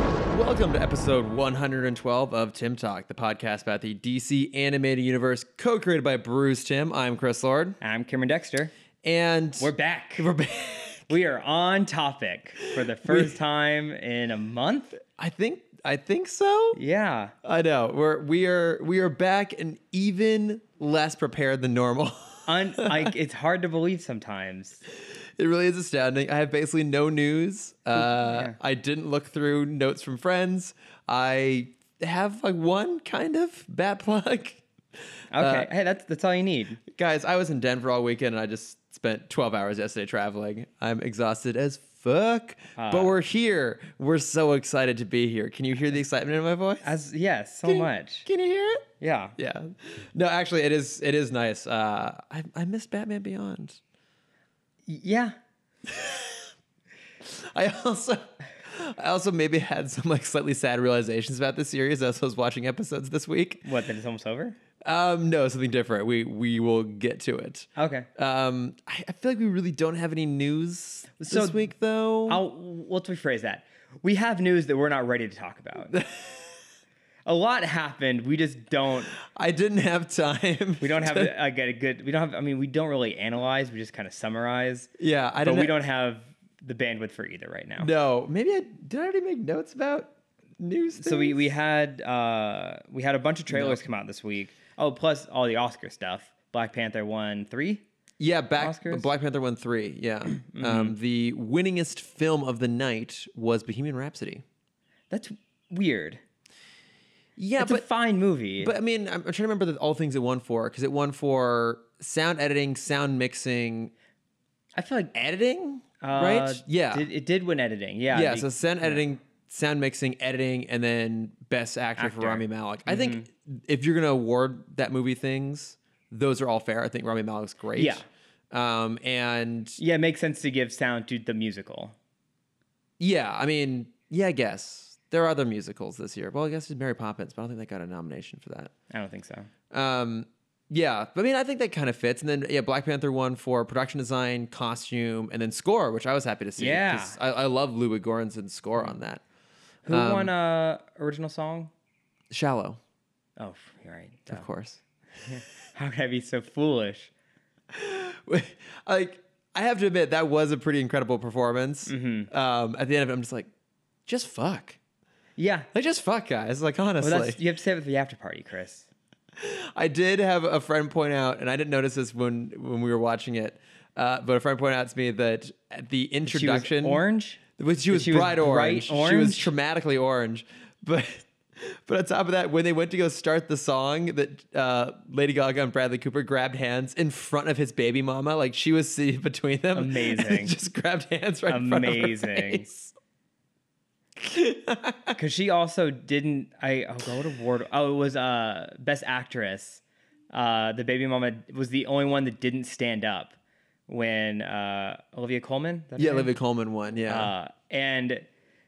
Welcome to episode 112 of Tim Talk, the podcast about the DC animated universe co created by Bruce Tim. I'm Chris Lord. I'm Cameron Dexter. And We're back. we're back. We are on topic for the first time in a month. I think I think so. Yeah. I know. We're we are we are back and even less prepared than normal. Un- like it's hard to believe sometimes. it really is astounding. I have basically no news. Uh, I didn't look through notes from friends. I have like one kind of bad plug. Okay. hey, that's that's all you need. Guys, I was in Denver all weekend and I just spent 12 hours yesterday traveling. I'm exhausted as fuck, Ah. but we're here. We're so excited to be here. Can you hear the excitement in my voice? As yes, so much. Can you hear it? Yeah. Yeah. No, actually it is it is nice. Uh I I miss Batman Beyond. Yeah. I also I also maybe had some like slightly sad realizations about this series as I was watching episodes this week. What? That it's almost over. Um no, something different. We we will get to it. Okay. Um, I, I feel like we really don't have any news this So, week, though. I'll let's rephrase that. We have news that we're not ready to talk about. a lot happened. We just don't. I didn't have time. We don't have to- a, a good. We don't have. I mean, we don't really analyze. We just kind of summarize. yeah, I But don't. we don't have the bandwidth for either right now. No, maybe I did. I already make notes about news. So we, things? we had uh, we had a bunch of trailers come out this week. Oh, plus all the Oscar stuff. Black Panther won three. yeah, back Oscars? Mm-hmm. Black Panther won three. Yeah, um, the winningest film of the night was Bohemian Rhapsody. That's weird. Yeah, It's a but fine movie. but I mean, I'm, I'm trying to remember the, all the things it won for because it won for sound editing, sound mixing, I feel like editing, uh, e, right? Yeah, did, it did win editing. Yeah, yeah, the- so sound editing, sound mixing, editing, and then best actor, for Actor. Mm-hmm. Rami Malek. I think if you're gonna award that movie things, those are all fair. I think Rami Malek's great. Yeah. Um, and yeah. It makes sense to give sound to the musical. yeah, I mean, yeah, I guess there are other musicals this year. Well, I guess it's Mary Poppins, but I don't think they got a nomination for that. I don't think so. Um, yeah, but I mean, I think that kind of fits. And then yeah, Black Panther won for production design, costume, and then score, which I was happy to see. Yeah. Mm-hmm. 'cause I, I love Ludwig Göransson's score on that. Who won uh, original song? Shallow, Oh, you're right. Duh. of course. How could I be so foolish? like I have to admit that was a pretty incredible performance. Mm-hmm. Um, at the end of it, I'm just like, just fuck, Yeah. like just fuck, guys. Like honestly, Well, that's, you have to save it for the after party, Chris. I did have a friend point out, and I didn't notice this when when we were watching it, uh, but a friend pointed out to me that at the She was introduction, orange. But she was She was bright orange. bright She was orange? traumatically orange. But but on top of that, when they went to go start the song, that uh, Lady Gaga and Bradley Cooper grabbed hands in front of his baby mama, like she was seated between them. and Amazing. just grabbed hands right. In front of her Amazing. face. Because she also didn't. I oh god, what award? Oh, it was uh best actress. Uh, the baby mama was the only one that didn't stand up when uh Olivia Coleman. Is that her yeah, name? Olivia Coleman won. Yeah, Uh, and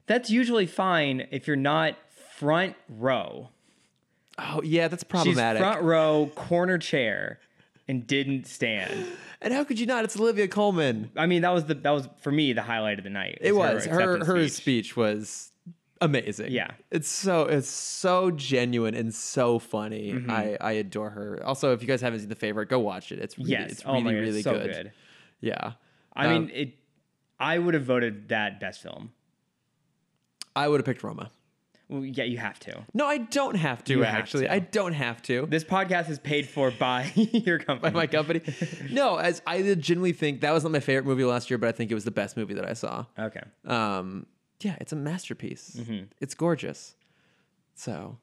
that's usually fine if you're not front row. oh yeah, that's She's problematic. front row, corner chair, and didn't stand. and how could you not? It's Olivia Coleman. I mean, that was the that was for me the highlight of the night. It was her her, acceptance speech. was amazing. Yeah. it's so it's so genuine and so funny. Mm-hmm. I I adore her. Also, if you guys haven't seen the favorite, go watch it. It's really, Yes. it's oh really my god, really it's so good. good. Yeah, I Um, mean, it. I would have voted that best film. I would have picked Roma. Well, yeah, you have to. No, I don't have to You have actually. to. I don't have to. This podcast is paid for by your company. my company. no, as I legitimately think that was not my favorite movie last year, but I think it was the best movie that I saw. okay. Um, yeah, it's a masterpiece. Mm-hmm. It's gorgeous. So,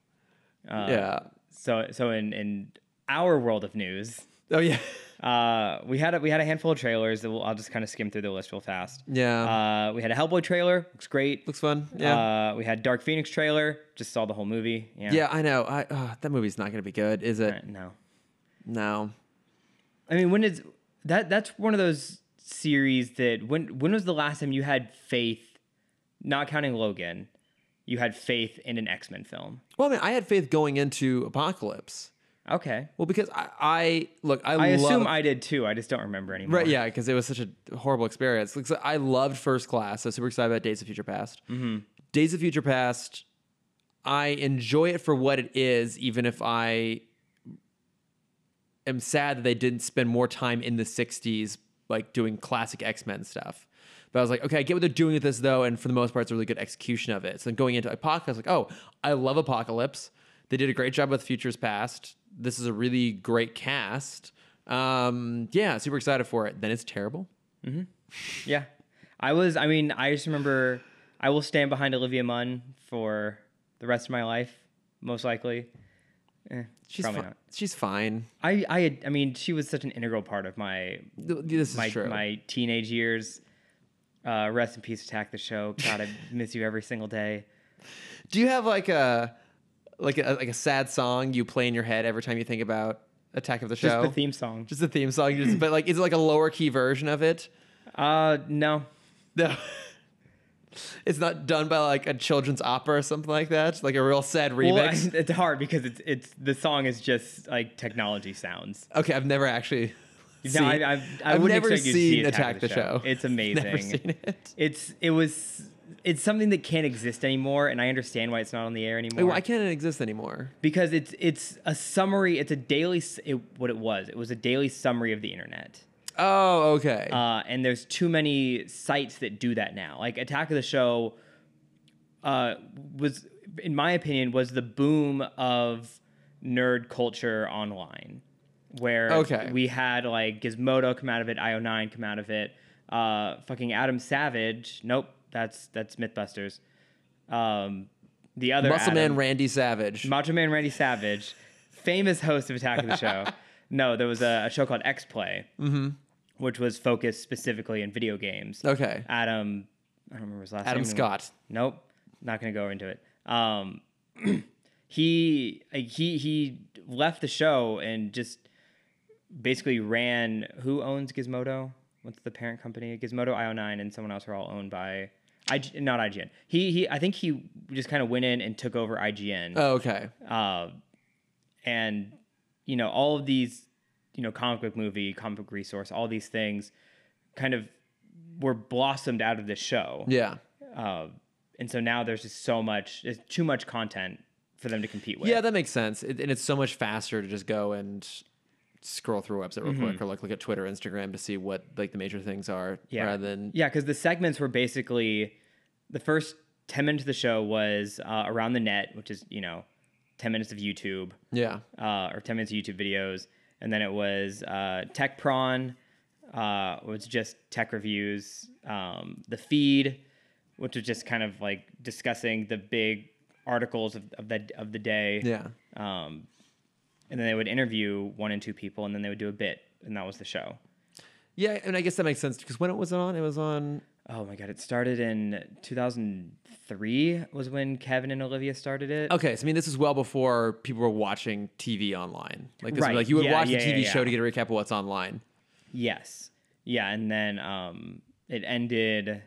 Uh, yeah. So so in in our world of news, Oh yeah, uh, we had a, we had a handful of trailers that we'll, I'll just kind of skim through the list real fast. yeah. Uh, we had a Hellboy trailer. Looks great. Looks fun. Yeah. Uh, we had Dark Phoenix trailer. Just saw the whole movie. Yeah. Yeah, I know. I uh, that movie's not gonna be good, is it? Uh, No. No. I mean, when is that? That's one of those series that when when was the last time you had faith? Not counting Logan, you had faith in an X Men film. Well, I mean, I had faith going into Apocalypse. Okay. Well, because I, I look, I, I love, assume I did too. I just don't remember anymore. right, yeah, because it was such a horrible experience. Like, so I loved First Class. I was super excited about Days of Future Past. Days of Future Past I enjoy it for what it is, even if I am sad that they didn't spend more time in the 60s, like doing classic X Men stuff. But I was like, okay, I get what they're doing with this though, and for the most part, it's a really good execution of it. So then going into Apocalypse, like, oh, I love Apocalypse. They did a great job with Futures Past. This is a really great cast. Um, yeah, super excited for it. Then it's terrible. Yeah. I was, I mean, I just remember I will stand behind Olivia Munn for the rest of my life, most likely. Eh, She's probably fi- not. She's fine. I, I, had, I mean, she was such an integral part of my, Th- This is my, true. my teenage years. Uh, rest in peace, Attack the Show. God, I miss you every single day. Do you have like a like a like a sad song you play in your head every time you think about Attack of the Just Show? the theme song. Just the theme song. you Just, but like, is it like a lower key version of it? Uh, no. No. It's not done by like a children's opera or something like that, like a real sad remix. Well, I- it's hard because it's it's the song is just like technology sounds. okay, I've never actually. No, I, seen- I've, I wouldn't never expect you to seen see Attack, the, show. It's amazing. Never seen it. It's it was it's something that can't exist anymore, and I understand why it's not on the air Like, anymore. why can't it exist anymore? because it's it's a summary. It's a daily s- it, what it was. It was a daily summary of the internet. Oh, okay. Uh, and there's too many sites that do that now. Like Attack of the Show uh, was, in my opinion, was the boom of nerd culture online, where Okay. we had like Gizmodo come out of it, IO9 come out of it, uh, fucking Adam Savage. Nope, that's that's MythBusters. Um, the other Muscle Man Adam- Randy Savage. Macho Man Randy Savage, famous host of Attack of the Show. no, there was a, a show called X Play, Mm-hmm. which was focused specifically in video games. okay. Adam, I don't remember his last Oh. Adam name. Scott. Nope, not gonna go into it. Um, he like, he he left the show and just basically ran. Who owns Gizmodo? What's the parent company? Gizmodo, IO9, and someone else are all owned by. IG, not IGN. He he. I think he just kind of went in and took over IGN Oh, okay. uh, and you know all of these you know comic book movie comic book resource all these things kind of were blossomed out of this show Yeah. uh, and so now there's just so much there's too much content for them to compete with Yeah, that makes sense. It, and it's so much faster to just go and scroll through a website real Mm-hmm. quick or like look at Twitter, Instagram to see what like the major things are Yeah. rather than Yeah, because the segments were basically the first 10 minutes of the show was uh, around the net which is you know 10 minutes of youtube yeah. uh, or 10 minutes of YouTube videos. And then it was uh, Tech Prawn, uh, which was just tech reviews. Um, the feed, which was just kind of like discussing the big articles of, of, the, of the day. Yeah. Um, and then they would interview one and two people, and then they would do a bit. And that was the show. Yeah, and I guess that makes sense because when it was on, it was on Oh my God, it started in 2003 was when Kevin and Olivia started it. Okay, so I mean, this is well before people were watching TV online. Like this, would be Right, like you would yeah, watch yeah, the yeah, TV show yeah. to get a recap of what's online. Yes. Yeah, and then um it ended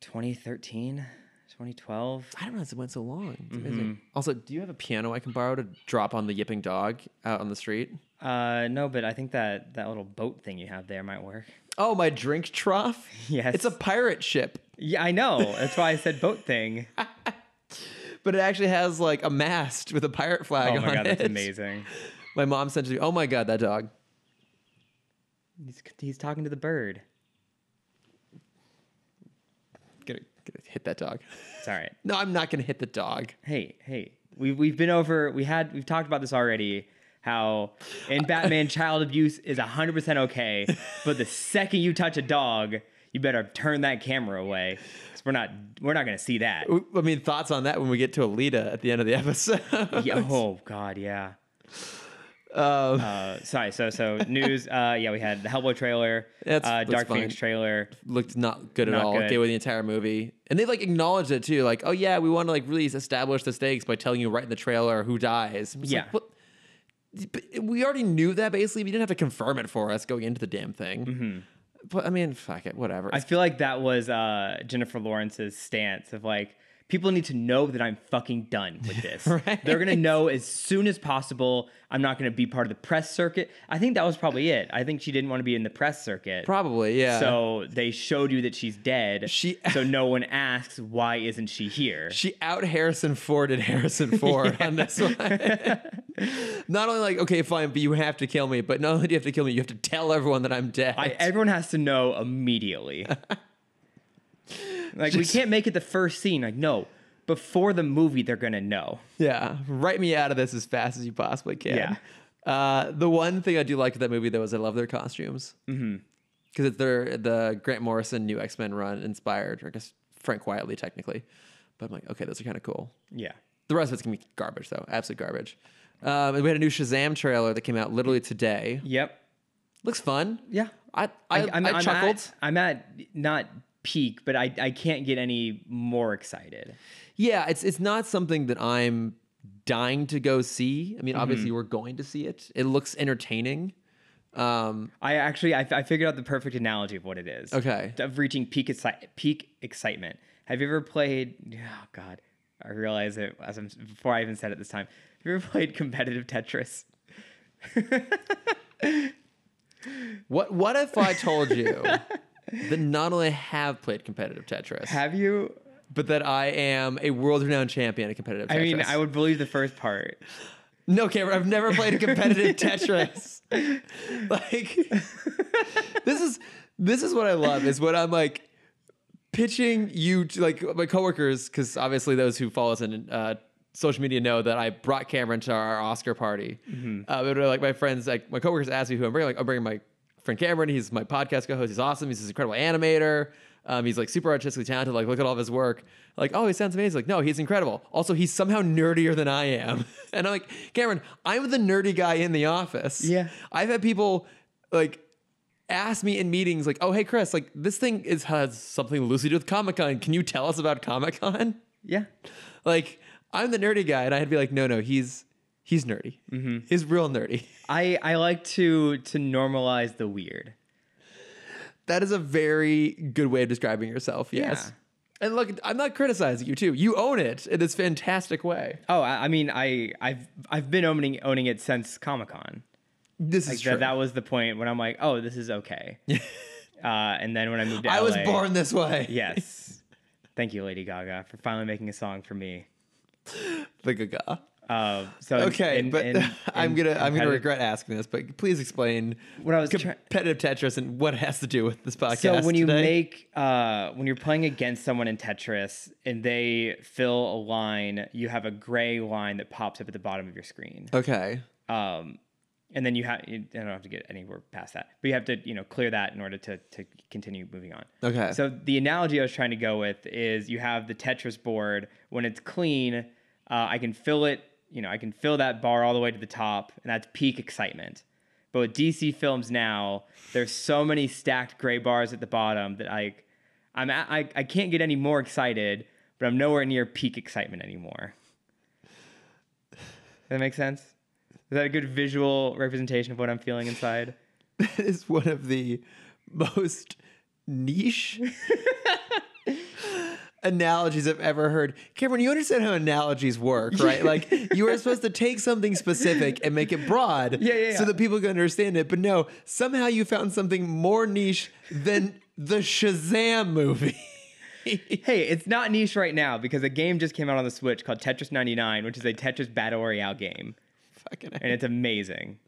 2013, 2012. I don't know it went so long. It's Mm-hmm. amazing. Also, do you have a piano I can borrow to drop on the yipping dog out on the street? Uh no, but I think that that little boat thing you have there might work. Oh, my drink trough. Yes. it's a pirate ship, Yeah, I know. That's why I said boat thing. but it actually has like a mast with a pirate flag Oh on my god, that's it. amazing. My mom sent it to me. Oh my god, that dog. He's he's talking to the bird. Gonna, gonna hit that dog. It's all right. No, I'm not gonna hit the dog. Hey, hey. We we've been over we had we've talked about this already. How in Batman child abuse is 100% okay, but the second you touch a dog, you better turn that camera away. 'cause We're not we're not going to see that. W- I mean, thoughts on that when we get to Alita at the end of the episode. Yeah, oh god, yeah. Um, Uh, sorry, so so news uh yeah, we had the Hellboy trailer, That's- uh that's Dark Phoenix fine. trailer. looked not good at Not all. good. Gave away the entire movie, and they like acknowledged it too. Like, oh yeah, we want to like really establish the stakes by telling you right in the trailer who dies. I'm just Yeah. like, what? But we already knew that basically. But you didn't have to confirm it for us going into the damn thing. Mm-hmm. But I mean, fuck it, whatever. I feel like that was uh Jennifer Lawrence's stance of like people need to know that I'm fucking done with this. Right. They're gonna know as soon as possible. I'm not gonna be part of the press circuit. I think that was probably it. I think she didn't want to be in the press circuit. Probably, yeah. So they showed you that she's dead. She- so no one asks why isn't she here? She out Harrison Ford and Harrison Ford on this one. not only like, okay, fine, but you have to kill me, but not only do you have to kill me, you have to tell everyone that I'm dead. I, everyone has to know immediately. like we can't make it the first scene. Like no, before the movie they're gonna know. yeah. Write me out of this as fast as you possibly can. Yeah. Uh, the one thing I do like with that movie though is I love their costumes. Mm-hmm. Because it's their the Grant Morrison new X Men run inspired, or I guess Frank Quietly technically. But I'm like, okay, those are kind of cool. Yeah. The rest of it's gonna be garbage though, absolute garbage. Um, and we had a new Shazam trailer that came out literally today. Yep. Looks fun. Yeah. I I, I, I'm- I'm chuckled. At, I'm at not peak, but I, I can't get any more excited. Yeah, it's it's not something that I'm dying to go see. I mean, obviously we're going to see it. It looks entertaining. Um, I actually I, I figured out the perfect analogy of what it is. Okay. Of reaching peak exci- peak excitement. Have you ever played? Oh God, I realize it as I'm before I even said it this time. Have you ever played competitive Tetris? what what if I told you that not only have played competitive Tetris, Have you? but that I am a world renowned champion at competitive Tetris? I mean, I would believe the first part. No, Cameron, I've never played a competitive Tetris. Like this is this is what I love is when I'm like pitching you to like my coworkers because obviously those who follow us in uh, social media know that I brought Cameron to our Oscar party. Uh, but like my friends, like my coworkers asked me who I'm bringing. Like I'm bringing my friend Cameron. He's my podcast co-host. He's awesome. He's this incredible animator. Um, he's like super artistically talented. Like look at all of his work. Like oh he sounds amazing. Like no he's incredible. Also he's somehow nerdier than I am. and I'm like Cameron, I'm the nerdy guy in the office. Yeah. I've had people like ask me in meetings, like, "Oh, hey, Chris, like this thing is has something loosely to do with Comic Con. Can you tell us about Comic Con?" Yeah. Like, I'm the nerdy guy, and I'd be like, "No, no, he's he's nerdy. Mm-hmm. He's real nerdy." I I like to to normalize the weird. That is a very good way of describing yourself. Yes. And look, I'm not criticizing you too. You own it in this fantastic way. Oh, I, I mean, I I've I've been owning owning it since Comic Con. This is Like, true. that, that was the point when I'm like, oh, this is okay. uh, and then when I moved to I was LA born this way. Yes. Thank you, Lady Gaga, for finally making a song for me. The gaga. Uh, so in- Okay, in- but in- I'm in gonna I'm gonna competitive- regret asking this. But please explain What I was try- competitive Tetris and what it has to do with this podcast. So when you today. make uh, when you're playing against someone in Tetris and they fill a line, you have a gray line that pops up at the bottom of your screen. okay, Um, and then you have you I don't have to get anywhere past that, but you have to you know clear that in order to to continue moving on. Okay. So the analogy I was trying to go with is you have the Tetris board. When it's clean, uh, I can fill it. You know, I can fill that bar all the way to the top, and that's peak excitement. But with DC films now, there's so many stacked gray bars at the bottom that I, I'm at, I I can't get any more excited, but I'm nowhere near peak excitement anymore. Does that make sense? Is that a good visual representation of what I'm feeling inside? that is one of the most niche analogies I've ever heard. Cameron, you understand how analogies work, right? Like you are supposed to take something specific and make it broad, Yeah, yeah, so yeah. that people can understand it. But no, somehow you found something more niche than the Shazam movie. Hey, it's not niche right now because a game just came out on the Switch called Tetris 99, which is a Tetris battle royale game, Fucking and it's amazing.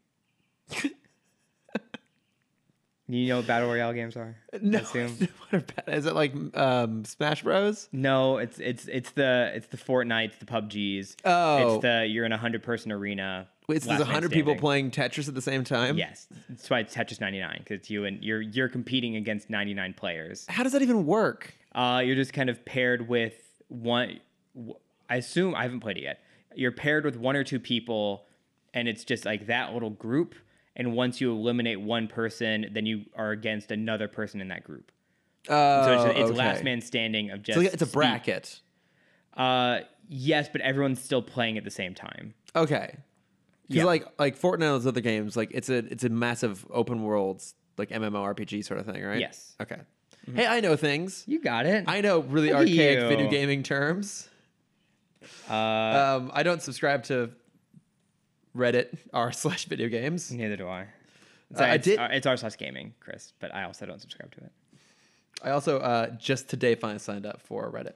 you know what battle royale games are? I no, assume? what are bad? Is it like um, Smash Bros? No, it's it's it's the it's the Fortnites, the PUBGs. Oh. it's the you're in a hundred person arena. Wait, so last there's man 100 people standing. playing Tetris at the same time? Yes, that's why it's Tetris 99 because it's you and you're you're competing against 99 players. How does that even work? Uh, you're just kind of paired with one. w- I assume I haven't played it yet. You're paired with one or two people, and it's just like that little group. And once you eliminate one person, then you are against another person in that group. Oh, So it's, just- it's last okay. man standing of just. So yeah, it's a speed. bracket. Uh, yes, but everyone's still playing at the same time. Okay. Because Yeah. like like Fortnite and those other games, like it's a it's a massive open worlds like MMORPG sort of thing, right? Yes. Okay. Hey, I know things. You got it. I know really Look at archaic you. video gaming terms. uh, Um, I don't subscribe to Reddit r slash video games. neither do I. It's, Uh, I it's, did- it's r slash gaming, Chris, but I also don't subscribe to it. I also uh, just today finally signed up for Reddit.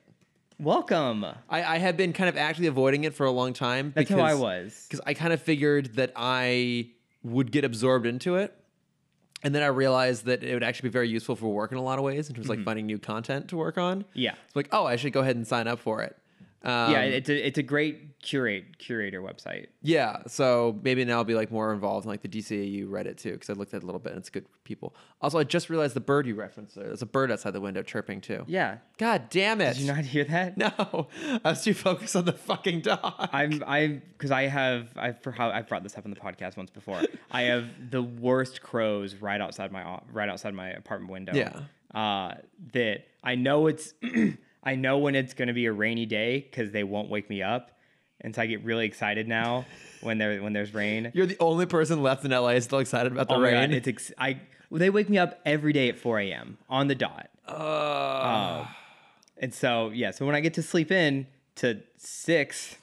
Welcome. I, I have been kind of actually avoiding it for a long time. That's how I was. because I kind of figured that I would get absorbed into it. And then I realized that it would actually be very useful for work in a lot of ways in terms of like finding new content to work on. Mm-hmm. Yeah. It's like, oh, I should go ahead and sign up for it. Um, yeah, it's a it's a great curate curator website. yeah. So maybe now I'll be like more involved in like the DCAU Reddit too, because I looked at it a little bit and it's good people. Also, I just realized the bird you referenced there. There's a bird outside the window chirping too. Yeah. God damn it. Did you not hear that? no, I was too focused on the fucking dog. I'm I because I have I've for how I've brought this up on the podcast once before. I have the worst crows right outside my o- right outside my apartment window. Yeah. Uh, that I know it's I know when it's gonna be a rainy day because they won't wake me up, and so I get really excited now when there when there's rain. You're the only person left in LA still excited about the Oh my God, rain. it's ex- I well, they wake me up every day at 4 a.m. on the dot. Ugh. And so, yeah, so when I get to sleep in to six,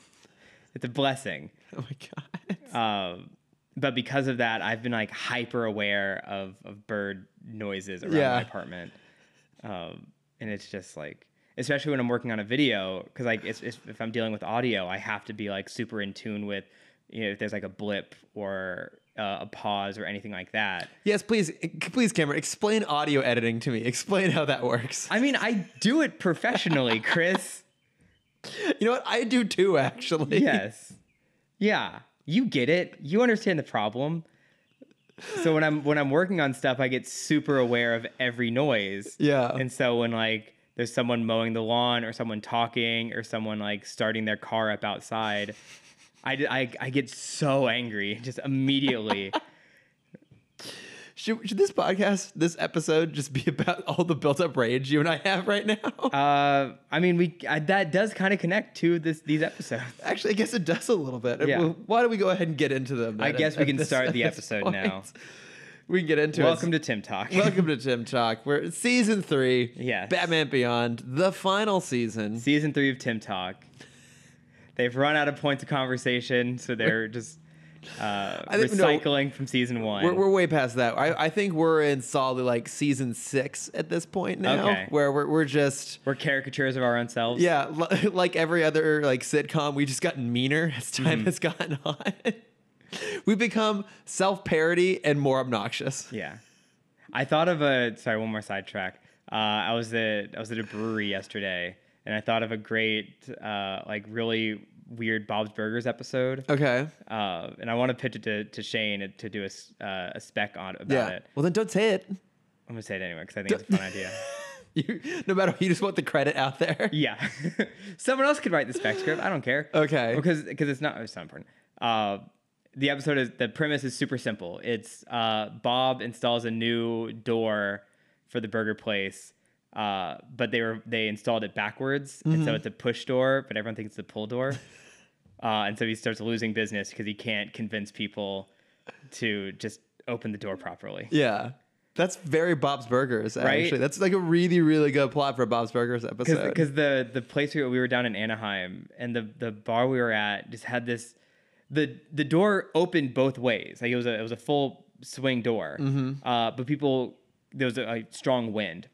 it's a blessing. Oh my god. Um, but because of that, I've been like hyper aware of, of bird noises around Yeah. my apartment. Um, and it's just like, especially when I'm working on a video, because like it's, it's, if I'm dealing with audio, I have to be like super in tune with, you know, if there's like a blip or uh, a pause or anything like that. Yes, please, c- please, Cameron, explain audio editing to me. Explain how that works. I mean, I do it professionally, Chris. You know what? I do too, actually. yes yeah you get it you understand the problem so when i'm when i'm working on stuff i get super aware of every noise Yeah. and so when like there's someone mowing the lawn or someone talking or someone like starting their car up outside i d- I- I get so angry just immediately should, should this podcast, this episode, just be about all the built-up rage you and I have right now? uh i mean we I, that does kind of connect to this these episodes actually, I guess it does a little bit. Yeah. Well, Why don't we go ahead and get into them? I then guess at- we at can this- start the at this episode now. point? We can get into welcome it. to tim talk welcome to Tim Talk. We're season three. Yes. Batman Beyond, the final season. season three of Tim Talk. They've run out of points of conversation, so they're just uh, I think- no. recycling from season one. We're, we're way past that. I, I think we're in solidly like season six at this point now, Okay. where we're, we're just We're caricatures of our own selves. yeah, li- like every other like sitcom, we just gotten meaner as time Mm-hmm. has gotten on. we become self parody and more obnoxious. Yeah. I thought of a sorry, one more sidetrack. Uh, I was at I was at a brewery yesterday, and I thought of a great uh, like really weird Bob's Burgers episode. Okay, Uh, and I want to pitch it to, to Shane to do a, s- uh, a spec on about yeah. it. Well, then don't say it. I'm gonna say it anyway because I think it's a fun idea. You, no matter you just want the credit out there. Yeah, someone else could write the spec script. I don't care. Okay. because because it's not it's not important. Uh, the episode is the premise is super simple. It's uh, Bob installs a new door for the burger place, uh, but they were they installed it backwards, and so it's a push door, but everyone thinks it's a pull door, uh, and so he starts losing business because he can't convince people to just open the door properly. Yeah, that's very Bob's Burgers. Right? Actually, that's like a really really good plot for a Bob's Burgers episode. because the the place we, we were down in Anaheim and the the bar we were at just had this the the door opened both ways like it was a it was a full swing door Mm-hmm. uh, but people there was a, a strong wind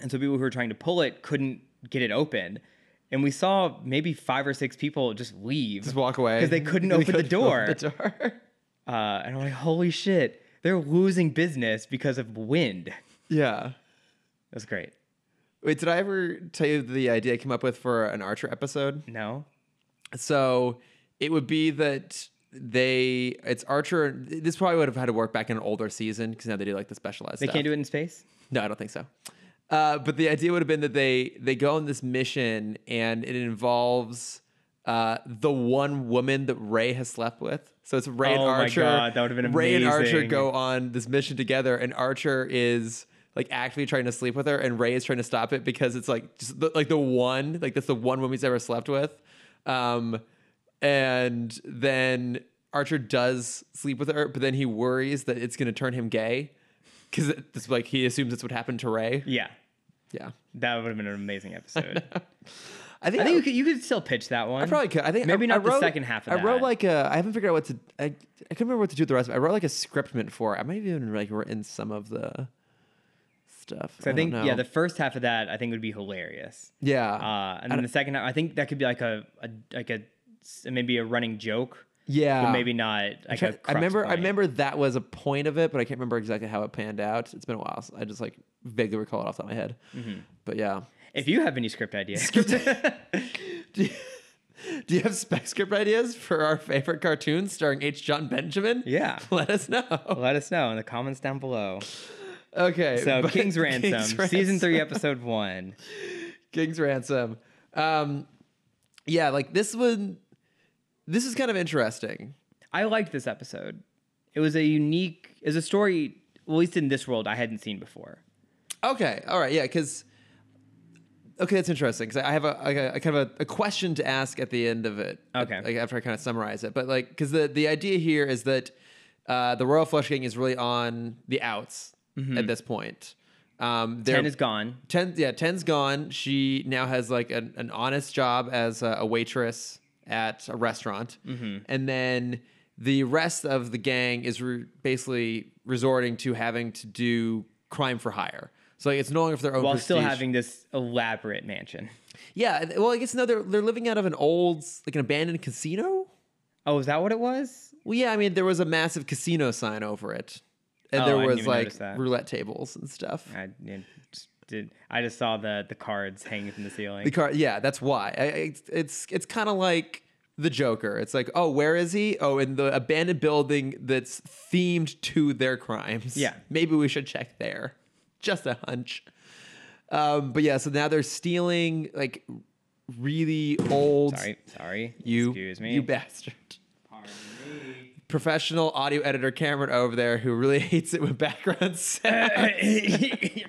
and so people who were trying to pull it couldn't get it open and we saw maybe five or six people just leave just walk away because they couldn't open the door The door. uh, and I'm like holy shit they're losing business because of wind yeah. that's great Wait, did I ever tell you the idea I came up with for an Archer episode? no So it would be that they, it's Archer. This probably would have had to work back in an older season because now they do like the specialized. they can't do it in space No, I don't think so. Uh, but the idea would have been that they they go on this mission and it involves uh, the one woman that Ray has slept with. So it's Ray and Oh my Archer. God, that would have been Ray and Archer amazing. go on this mission together, and Archer is like actively trying to sleep with her, and Ray is trying to stop it because it's like just the, like the one like that's the one woman he's ever slept with. Um, and then Archer does sleep with her, but then he worries that it's going to turn him gay because like he assumes that's what happened to Ray. yeah Yeah. That would have been an amazing episode. I think, I I think you could, you could still pitch that one. I probably could. I think I- maybe I not the wrote- second half of I wrote that. like a. I haven't figured out what to. I, I couldn't remember what to do with the rest. Of it. I wrote like a scriptment for. it. I might have even like written some of the stuff. So I, don't think yeah, know. the first half of that I think would be hilarious. yeah, Uh, and I then don't- the second half, I think that could be like a, a like a s- maybe a running joke, yeah. but maybe not Ah. I'm like trying- a. I crux remember. I point. remember that was a point of it, but I can't remember exactly how it panned out. It's been a while. So I just like vaguely recall it off the top of my head. Mm-hmm. But yeah. If you have any script ideas, Do you, do you have spec script ideas for our favorite cartoons starring H. John Benjamin? Yeah. Let us know. let us know in the comments down below. Okay. So but- King's Ransom, season Ransom. three, episode one. King's Ransom. Um, yeah, like this one. This is kind of interesting. I liked this episode. It was a unique, it was a story, well, at least in this world, I hadn't seen before. Okay, all right, yeah, because okay, that's interesting. Because I have a, like a, a kind of a, a question to ask at the end of it. Okay. like after I kind of summarize it, but like because the the idea here is that uh, the Royal Flush King is really on the outs at this point. Um, they're- Mm-hmm. Ten is gone. Ten, yeah, Ten's gone. She now has like an, an honest job as a, a waitress at a restaurant, Mm-hmm. and then the rest of the gang is re- basically resorting to having to do crime for hire. So like, it's no longer for their own. While still prestige. having this elaborate mansion. yeah. th- Well, I guess no, they're they're living out of an old like an abandoned casino. Oh, is that what it was? Well, yeah, I mean there was a massive casino sign over it, and Oh, there I didn't was even like notice that. roulette tables and stuff. I didn't- just did. I just saw the the cards hanging from the ceiling. The car, yeah, that's why. I, I- it's it's, it's kind of like the Joker. It's like, oh, where is he? Oh, in the abandoned building that's themed to their crimes. Yeah. maybe we should check there. Just a hunch. Um, but yeah, so now they're stealing like really old. sorry, sorry. you excuse me. you bastard. Professional audio editor Cameron over there who really hates it with background sound. What's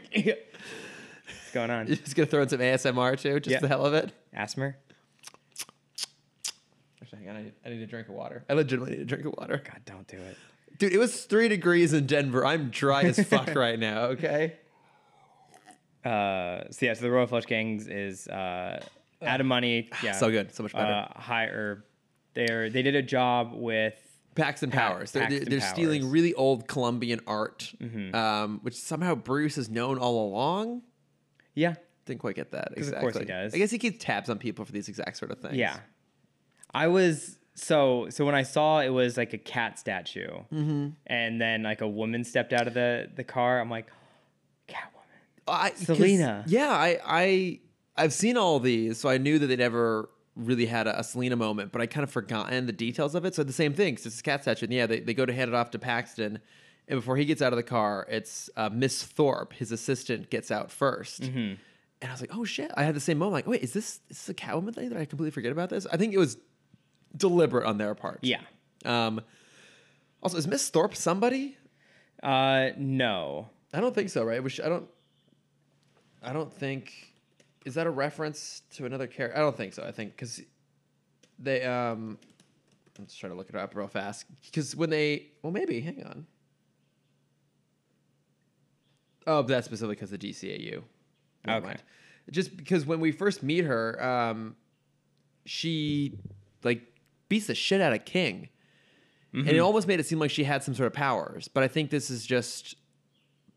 going on? Just gonna throw in some ASMR too, just Yeah. the hell of it. Asthma? Actually, hang on. I need, I need a drink of water. I legitimately need a drink of water. God, don't do it. Dude, it was three degrees in Denver. I'm dry as fuck right now, okay? Uh, so yeah, so the Royal Flush Gangs is uh, out of money. Yeah, So good. So much better. Uh, higher, they're they did a job with Paxton Powers. They're, Paxton they're stealing Powers. Mm-hmm. really old Colombian art, um, which somehow Bruce has known all along. yeah Didn't quite get that. of Exactly. course he does. I guess he keeps tabs on people for these exact sort of things. yeah. I was so so when I saw it was like a cat statue, Mm-hmm. and then like a woman stepped out of the the car. I'm like, Catwoman. I, 'cause- Selena. Yeah, I, I, I've seen all these, so I knew that they never really had a, a Selena moment, but I kind of forgotten the details of it. So the same thing, 'cause it's a cat statue. And yeah, they, they go to hand it off to Paxton, and before he gets out of the car, it's uh, Miss Thorpe, his assistant, gets out 1st Mm-hmm. And I was like, oh shit! I had the same moment. Like, wait, is this is this a Catwoman thing that I completely forget about this? I think it was deliberate on their part. Yeah. Um. Also, is Miss Thorpe somebody? Uh, no. I don't think so, right? Which I don't. I don't think. Is that a reference to another character? I don't think so. I think because they. um I'm just trying to look it up real fast. Because when they, well, maybe hang on. Oh, but that's specifically because the DCAU. Never Okay. mind. Just because when we first meet her, um, she like beats the shit out of King, and it almost made it seem like she had some sort of powers. But I think this is just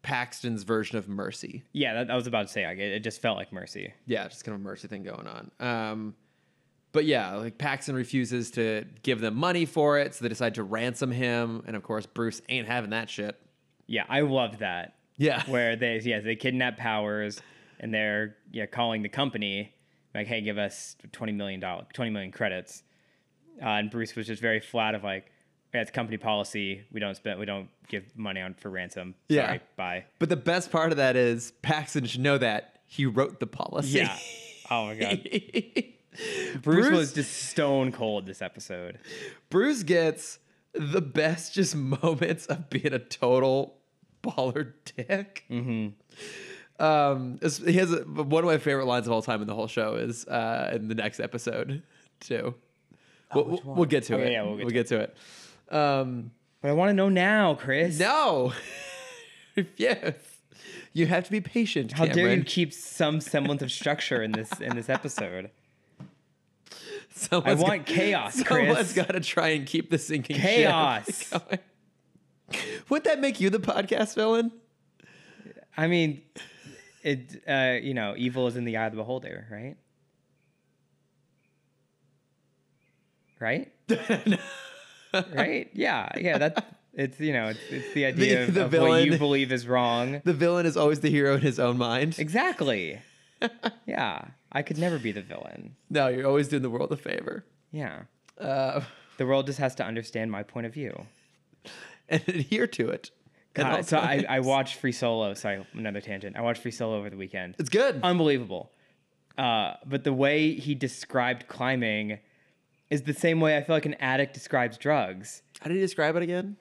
Paxton's version of mercy. Yeah, that, I was about to say like, it, it just felt like mercy. Yeah, just kind of a mercy thing going on. Um, but yeah, like Paxton refuses to give them money for it, so they decide to ransom him. And of course, Bruce ain't having that shit. Yeah, I loved that. Yeah. where they yeah they kidnap powers and they're yeah calling the company like hey give us 20 million dollars 20 million credits uh, and bruce was just very flat of like yeah, it's company policy we don't spend we don't give money on for ransom Yeah. Sorry, bye But the best part of that is Paxton should know that he wrote the policy. yeah oh my god Bruce, bruce, Bruce was just stone cold this episode Bruce gets the best just moments of being a total baller dick. Mm-hmm. Um, it's- he has a, one of my favorite lines of all time in the whole show is uh, in the next episode too. Oh, We'll, we'll- we'll get to Okay, it. yeah, we'll get to to it. Um, but i want to know now chris no, refuse. You have to be patient, How Cameron. dare you keep some semblance of structure in this in this episode? Someone's I want chaos, Someone's Chris. got to try and keep the sinking ship Chaos. going. Would that make you the podcast villain? I mean, it uh, you know, evil is in the eye of the beholder, right? Right? right? Yeah, yeah. That it's you know, it's, it's the idea of, the of what you villain. believe is wrong. The villain is always the hero in his own mind. Exactly. yeah, I could never be the villain. No, you're always doing the world a favor. Yeah, Uh, the world just has to understand my point of view. and adhere to it. at all God, so I, I times. watched Free Solo. Sorry, another tangent. I watched Free Solo over the weekend. It's good. unbelievable. Uh, but the way he described climbing is the same way I feel like an addict describes drugs. How did he describe it again?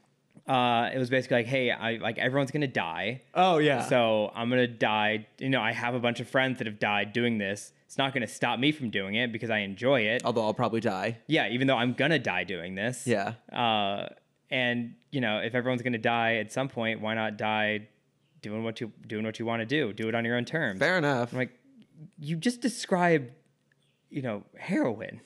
Uh, it was basically like, hey, I like everyone's gonna die, Oh yeah. so I'm gonna die. You know, I have a bunch of friends that have died doing this. It's not gonna stop me from doing it because I enjoy it. Although I'll probably die. yeah, even though I'm gonna die doing this. Yeah. Uh, and you know, if everyone's gonna die at some point, why not die doing what you doing what you want to do? Do it on your own terms. Fair enough. I'm like, you just described, you know, heroin.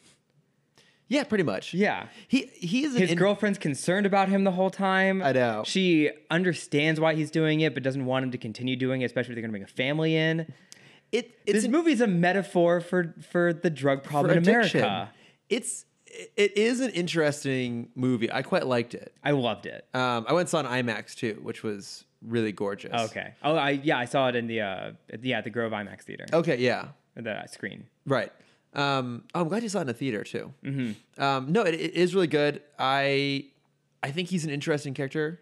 yeah, pretty much. Yeah. He he is an His in- girlfriend's concerned about him the whole time. I know. She understands why he's doing it, but doesn't want him to continue doing it, especially if they're going to bring a family in. It it's This an movie is a metaphor for for the drug for problem in addiction. America. It's it is an interesting movie. I quite liked it. I loved it. Um, I went and saw an IMAX too, which was really gorgeous. Okay. Oh, I yeah, I saw it in the uh yeah, the Grove IMAX theater. Okay. Yeah. The screen. Right. Um, oh, I'm glad you saw it in a theater too. Mm-hmm. Um, no, it, it is really good. I I think he's an interesting character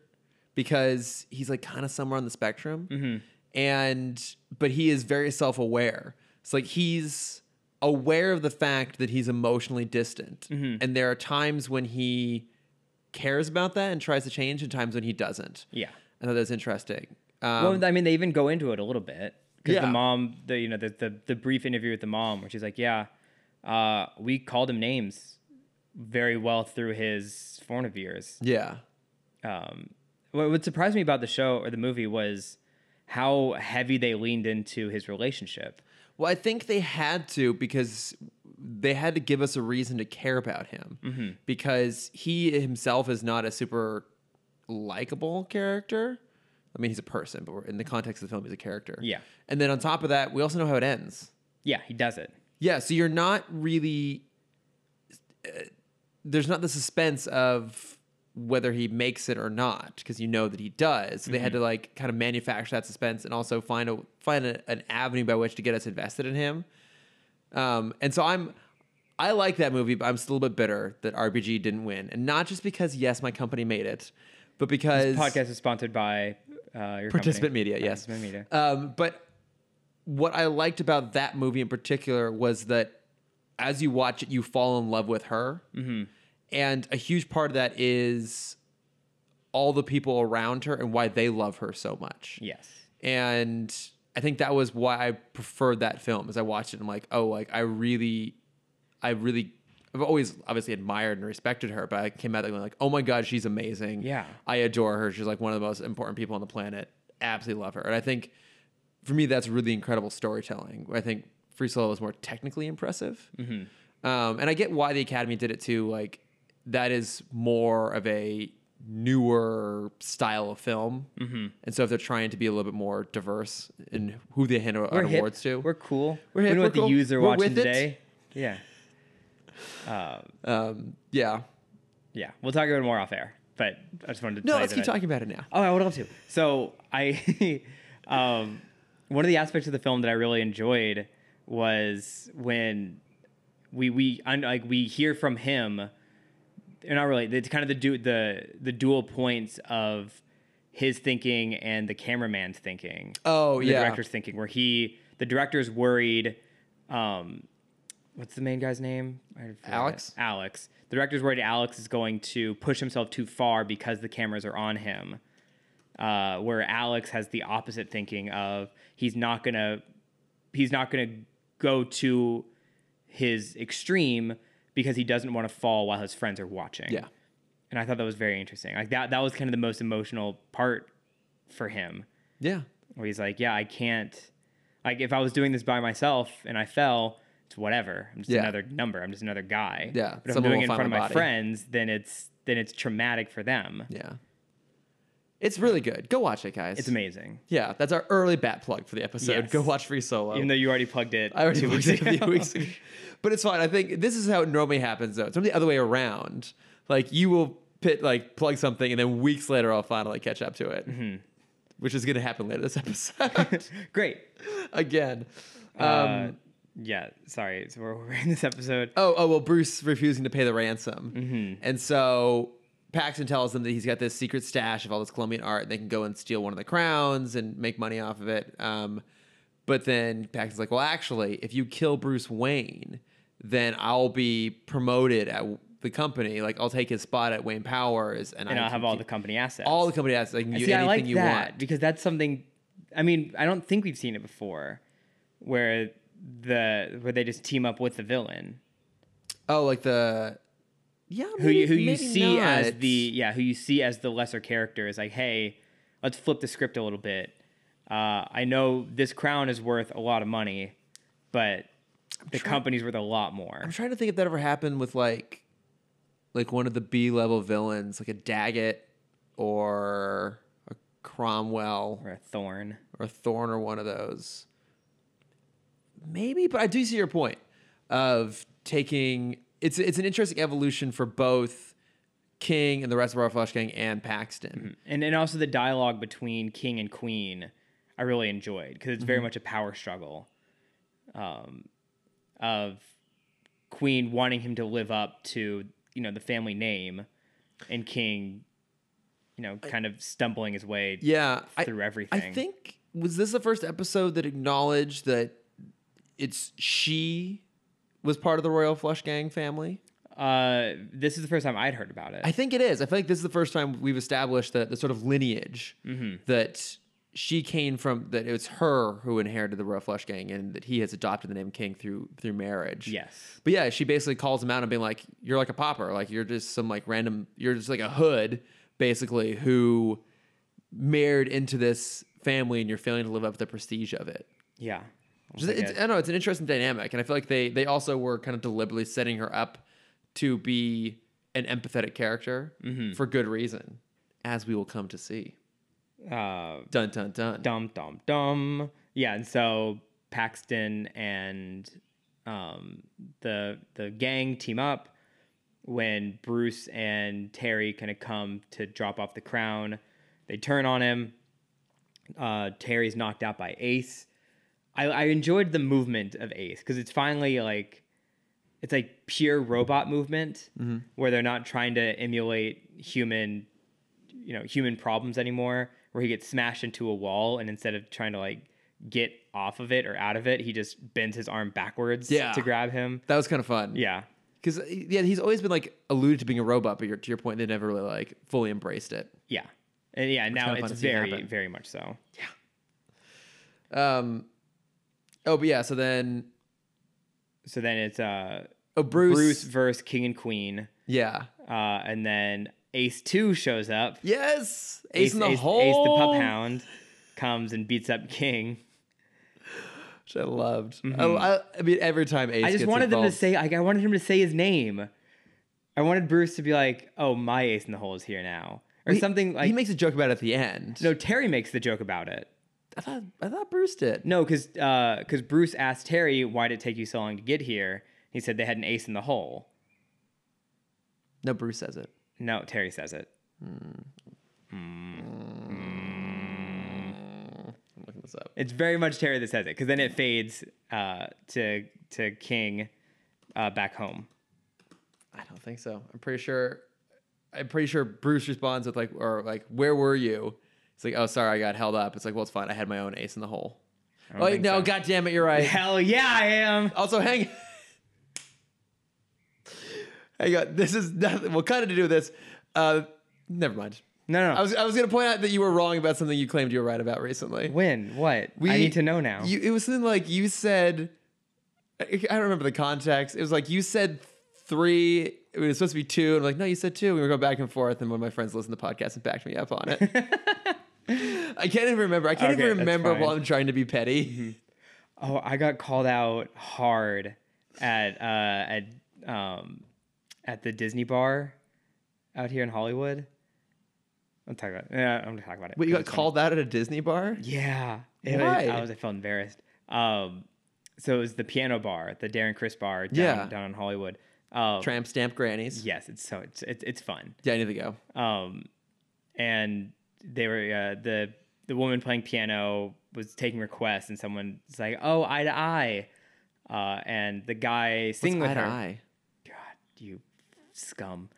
because he's like kind of somewhere on the spectrum, Mm-hmm. and but he is very self aware. It's like he's aware of the fact that he's emotionally distant, Mm-hmm. and there are times when he cares about that and tries to change, and times when he doesn't. Yeah. I thought that was interesting. Um, well, I mean, they even go into it a little bit because Yeah. the mom, the you know, the, the the brief interview with the mom, where she's like, "Yeah, uh, we called him names very well through his formative years." yeah, Um, what, what surprised me about the show or the movie was how heavy they leaned into his relationship. Well, I think they had to because they had to give us a reason to care about him because he himself is not a super likable character. I mean, he's a person, but we're, in the context of the film, he's a character. Yeah. And then on top of that, we also know how it ends. Yeah, he does it. Yeah. So you're not really, uh, there's not the suspense of whether he makes it or not because you know that he does. So they had to like kind of manufacture that suspense and also find a find a, an avenue by which to get us invested in him. Um, and so I'm. I like that movie, but I'm still a bit bitter that RBG didn't win, and not just because yes, my company made it, but because Podcast is sponsored by uh, your Participant company. media, yes. Participant media. Um, but what I liked about that movie in particular was that as you watch it, you fall in love with her. And a huge part of that is all the people around her and why they love her so much. Yes. And I think that was why I preferred that film as I watched it. I'm like, oh, like I really, I really, I've always obviously admired and respected her, but I came out there going like, oh my God, she's amazing. Yeah. I adore her. She's like one of the most important people on the planet. Absolutely love her. And I think for me, that's really incredible storytelling. I think Free Solo is more technically impressive. Um, and I get why the Academy did it too. Like, that is more of a newer style of film. Mm-hmm. And so if they're trying to be a little bit more diverse in who they hand out We're hip. awards to. We're cool. We're We hip, know we're what cool. the user We're watching with it. today. Yeah. um, yeah. Yeah, we'll talk about it more off air. But I just wanted to. No, tell let's you keep that I- talking about it now. Oh, I would love to. So I, um, one of the aspects of the film that I really enjoyed was when we we un, like we hear from him. They're not really. It's kind of the du- the the dual points of his thinking and the cameraman's thinking. Oh, the yeah. director's thinking. Where he the director's worried. Um, what's the main guy's name? I forgot it. Alex? Alex. The director's worried Alex is going to push himself too far because the cameras are on him. Uh, where Alex has the opposite thinking of he's not gonna he's not gonna go to his extreme because he doesn't want to fall while his friends are watching. Yeah. And I thought that was very interesting. Like that that was kind of the most emotional part for him Yeah. where he's like, yeah, I can't. Like, if I was doing this by myself and I fell, it's whatever. I'm just Yeah. another number. I'm just another guy. Yeah, But if I'm someone doing will it in find front of my my body. friends, then it's then it's traumatic for them. Yeah. It's really good. Go watch it, guys. It's amazing. Yeah, that's our early bat plug for the episode. Yes. Go watch Free Solo. Even though you already plugged it. I already two watched weeks it a ago. few weeks ago. But it's fine. I think this is how it normally happens, though. It's normally the other way around. Like, you will pit, like, plug something, and then weeks later, I'll finally catch up to it, which is going to happen later this episode Great. again. Um, Uh, yeah. Sorry. So we're, we're in this episode. oh, oh, well, Bruce refusing to pay the ransom. Mm-hmm. And so Paxton tells them that he's got this secret stash of all this Colombian art. And they can go and steal one of the crowns and make money off of it. Um, but then Paxton's like, well, actually, if you kill Bruce Wayne, then I'll be promoted at the company. Like, I'll take his spot at Wayne Powers. And, and I I'll can have all the keep- company assets. all the company has. I can do See, I anything like you that want. because that's something. I mean, I don't think we've seen it before, where the where they just team up with the villain Oh, like the. Yeah, who you, who maybe- you maybe see as not. the yeah who you see as the lesser character is like, hey, let's flip the script a little bit. Uh, I know this crown is worth a lot of money, but the trying- company's worth a lot more. I'm trying to think if that ever happened with like like one of the B level villains, like a Daggett or a Cromwell Or a thorn. or a Thorn or one of those. Maybe, but I do see your point of taking it's it's an interesting evolution for both King and the rest of our Flash Gang and Paxton. and and also the dialogue between king and queen i really enjoyed because it's Mm-hmm. very much a power struggle um, of queen wanting him to live up to you know the family name and king you know kind of stumbling his way Yeah. I- through everything I think was this the first episode that acknowledged that it's she was part of the Royal Flush Gang family? uh, this is the first time i'd heard about it I think it is. I feel like this is the first time we've established the, the sort of lineage that she came from. That it was her who inherited the Royal Flush Gang, and that he has adopted the name King through through marriage. yes But yeah, she basically calls him out and being like, "You're like a pauper. Like you're just some like random. You're just like a hood, basically, who married into this family, and you're failing to live up to the prestige of it." yeah Just- it's- I don't know. It's an interesting dynamic, and I feel like they they also were kind of deliberately setting her up to be an empathetic character Mm-hmm. for good reason, as we will come to see. uh, Dun dun dun. dum dum dum. Yeah, and so Paxton and um, the the gang team up when Bruce and Terry kind of come to drop off the crown. They turn on him. Uh, Terry's knocked out by Ace. I, I enjoyed the movement of Ace because it's finally like it's like pure robot movement Mm-hmm. where they're not trying to emulate human you know human problems anymore where he gets smashed into a wall and instead of trying to like get off of it or out of it he just bends his arm backwards Yeah. to grab him That was kind of fun. yeah because yeah, he's always been like alluded to being a robot, but you're, to your point, they never really like fully embraced it. yeah and yeah now kinda fun to it's see it very happen. very much so Um. Oh, but yeah. So then, so then it's uh oh Bruce. bruce versus king and queen Yeah. uh and then ace 2 shows up Yes. Ace, in the ace, hole. Ace the pup hound comes and beats up king Which I loved. I- I, I mean, every time Ace. Mm-hmm. I just gets wanted them involved- to say, like, I wanted him to say his name. I wanted Bruce to be like, "Oh, my ace in the hole is here now," or He- something like. he makes a joke about it at the end. no, Terry makes the joke about it. I thought I thought Bruce did. No, because because Bruce asked Terry, "Why did it take you so long to get here?" He said they had an ace in the hole. No, Bruce says it. No, Terry says it. Mm, I'm looking this up. It's very much Terry that says it, because then it fades uh, to to King uh, back home. I don't think so. I'm pretty sure. I'm pretty sure Bruce responds with like, or like, where were you? It's like, oh, sorry, I got held up. It's like, well, it's fine. I had my own ace in the hole. Oh think no, so. god damn it, you're right. Hell yeah, I am. Also, hang. hang on. This is nothing. Well, kind of to do with this. Uh, never mind. No, no, no. I was I was gonna point out that you were wrong about something you claimed you were right about recently. when? What? We- I need to know now. You, it was something like you said. I I don't remember the context. It was like you said three. It was supposed to be two. And I'm like, no, you said two. We were going back and forth. And one of my friends listened to the podcast and backed me up on it. I can't even remember. I can't Okay, even that's remember fine. while I'm trying to be petty. Oh, I got called out hard at uh, at um, at the Disney bar out here in Hollywood. I'm talking about. Yeah, I'm gonna talk about it. But you 'cause got it's funny. called out at a Disney bar? Yeah. It was- Why? I was. I felt embarrassed. Um, so it was the piano bar, the Darren Chris bar down, Yeah. down in Hollywood. Um, Tramp stamp grannies. yes, it's so it's it's, it's fun. Yeah, I need to go. um, and they were uh, the the woman playing piano was taking requests, and someone's like, "Oh, eye to eye," uh, and the guy singing What's with eye her. to eye? God, you scum!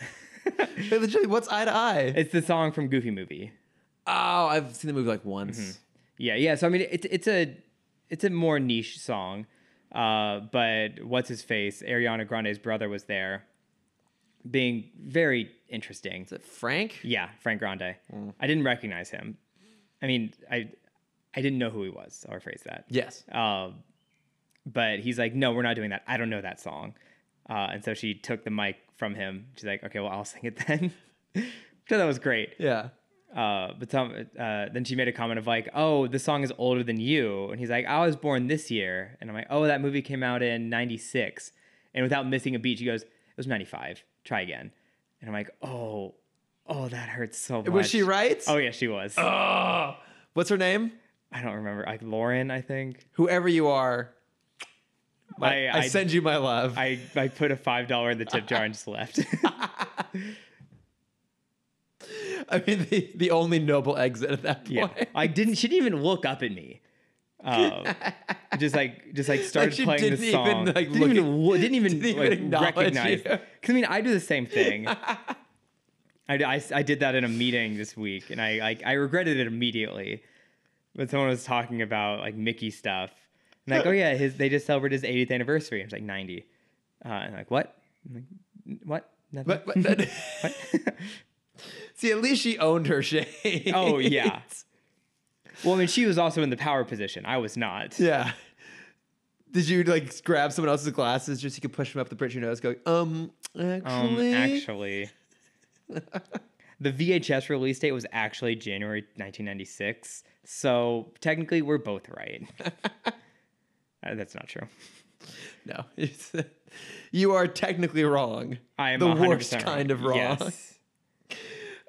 Wait, legitimately, what's eye to eye? It's the song from Goofy Movie. Oh, I've seen the movie like once. Mm-hmm. Yeah, yeah. So I mean, it's it's a it's a more niche song, uh, but what's his face? Ariana Grande's brother was there, being very interesting. Is it Frank? Yeah, Frank Grande. I didn't recognize him. I mean, I I didn't know who he was. I'll rephrase that. Yes. Um, but he's like, no, we're not doing that. I don't know that song. Uh, and so she took the mic from him. She's like, okay, well, I'll sing it then. so that was great. Yeah. Uh, but some, uh, then she made a comment of like, oh, this song is older than you. And he's like, I was born this year. And I'm like, oh, that movie came out in 96. And without missing a beat, she goes, it was 95. Try again. And I'm like, oh, oh, that hurts so much. Was she right? Oh, yeah, she was. Ugh. What's her name? I don't remember. Like Lauren, I think. Whoever you are, my- I- I, I- send you my love. I, I put a $5 in the tip jar and just left. I mean, the, the only noble exit at that yeah. point. I didn't, she didn't even look up at me. Um, just like, just like started she playing the didn't even, song. like, didn't, look even, at- wo- didn't even, didn't even like, acknowledge recognize. you. Because I mean, I do the same thing. I, d- I s- I did that in a meeting this week and I, I, I regretted it immediately. But someone was talking about like Mickey stuff. And like, oh yeah, his they just celebrated his 80th anniversary. It's like 90. Uh, and I'm like, what? I'm like, "N- what? Nothing. But, but that- see, at least she owned her shade. Oh, yeah. Well, I mean, she was also in the power position. I was not. yeah. Did you like grab someone else's glasses just so you could push them up the bridge of your nose? Go, um, Um, actually, actually, the VHS release date was actually January 1996. So technically, we're both right. Uh, that's not true. no, It's- you are technically wrong. I am the 100% worst wrong. kind of wrong. Yes.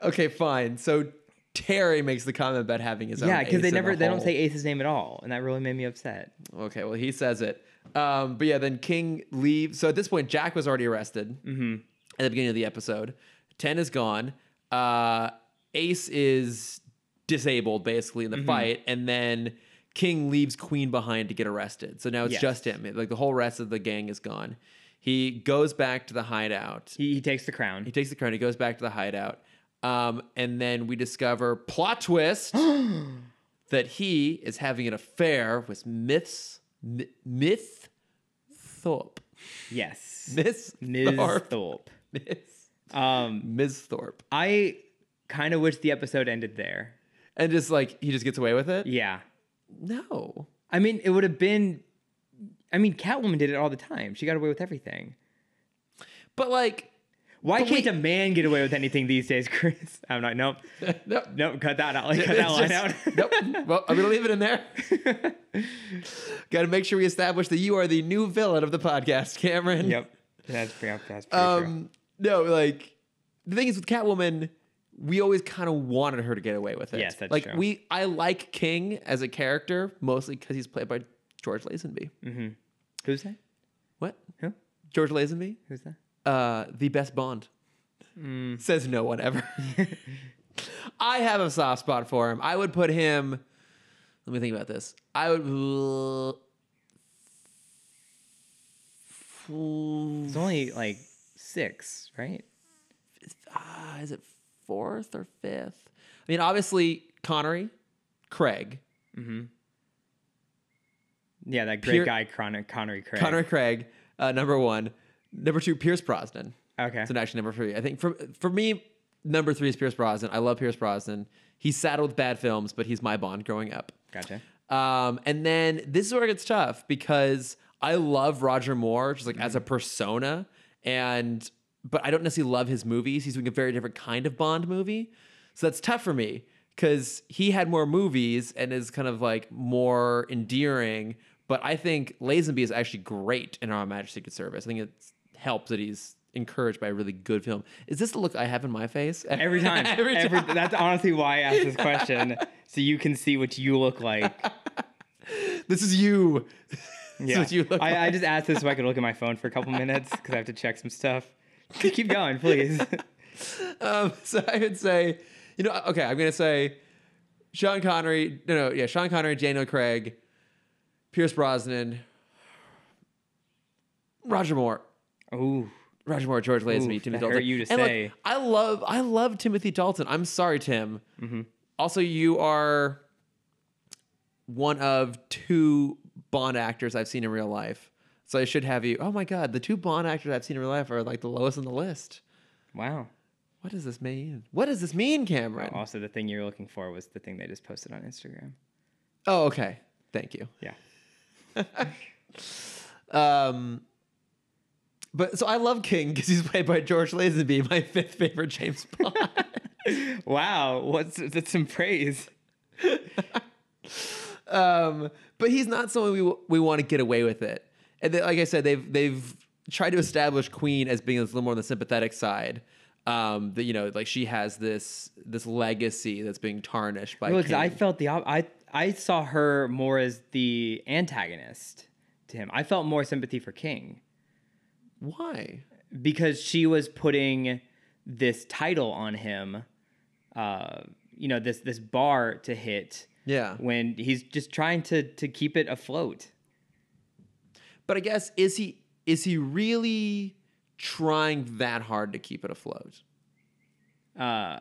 Okay, fine. So Terry makes the comment about having his own. Yeah, because ace they in the never they don't hole. say Ace's name at all, and that really made me upset. Okay, well, he says it. Um, but yeah, then King leaves. So at this point, Jack was already arrested at the beginning of the episode. Ten is gone. Uh, Ace is disabled basically in the fight, and then King leaves Queen behind to get arrested. So now it's Yes. just him. Like the whole rest of the gang is gone. He goes back to the hideout. He, he takes the crown. He takes the crown. He goes back to the hideout. Um, and then we discover plot twist that he is having an affair with Myths M- Myth Thorpe. yes, Miss Ms. Thorpe. Thorpe. Miss Um, Ms. Thorpe. I kind of wish the episode ended there. And just like he just gets away with it? Yeah. No. I mean, it would have been. I mean, Catwoman did it all the time. She got away with everything. But like Why But can't wait- a man get away with anything these days, Chris? I'm not. Nope. no. Nope. Cut that out. Cut that It's line out. just- nope. Well, I'm gonna leave it in there. Gotta make sure we establish that you are the new villain of the podcast, Cameron. yep. That's pretty. That's pretty true. Um, no, like the thing is with Catwoman, we always kind of wanted her to get away with it. Yes, that's like true. we, I like King as a character mostly because he's played by George Lazenby. Mm. Who's that? What Who? George Lazenby? Who's that? Uh, the best Bond. Mm. Says no one ever. I have a soft spot for him. I would put him. Let me think about this. I would. It's only like six, right? ah, is it fourth or fifth? I mean, obviously Connery, Craig, Yeah, that great Pier- guy, Connery, Connery Craig. Connery Craig, uh, number one, number two Pierce Brosnan. Okay. So actually number three. I think for for me, number three is Pierce Brosnan. I love Pierce Brosnan. He's saddled with bad films, but he's my Bond growing up. Gotcha. Um, and then this is where it gets tough because I love Roger Moore just like as Mm. a persona, and but I don't necessarily love his movies. He's doing a very different kind of Bond movie, so that's tough for me because he had more movies and is kind of like more endearing. But I think Lazenby is actually great in Our Magic Secret Service. I think it helps that he's encouraged by a really good film. Is this the look I have in my face Every time. Every time. Every- that's honestly why I asked this question. so you can see what you look like. This is you. this is Yeah. what you look I, I like. just asked this so I could look at my phone for a couple minutes because I have to check some stuff. Keep going, please. Um, so I would say, you know, okay, I'm gonna say Sean Connery. No, no, yeah, Sean Connery, Daniel Craig, Pierce Brosnan, Roger Moore, Ooh. Roger Moore, George Lazenby, Oof, Timothy that hurt Dalton. you to And look, say. I love, I love Timothy Dalton. I'm sorry, Tim. Mm-hmm. Also, you are one of two Bond actors I've seen in real life. So I should have you. Oh my God, the two Bond actors I've seen in real life are like the lowest on the list. Wow. What does this mean? What does this mean, Cameron? Also, the thing you're looking for was the thing they just posted on Instagram. Oh, okay. Thank you. Yeah. Um, but so I love King because he's played by George Lazenby, my fifth favorite James Bond. Wow. What's that's some praise. um, but he's not someone we we want to get away with it. And they, like I said, they've they've tried to establish Queen as being a little more on the sympathetic side. Um, that you know, like she has this this legacy that's being tarnished by. Well, 'cause King. I felt the op- I I saw her more as the antagonist to him. I felt more sympathy for King Why? because she was putting this title on him, uh, you know, this this bar to hit Yeah. when he's just trying to to keep it afloat. But I guess is he is he really trying that hard to keep it afloat? Uh,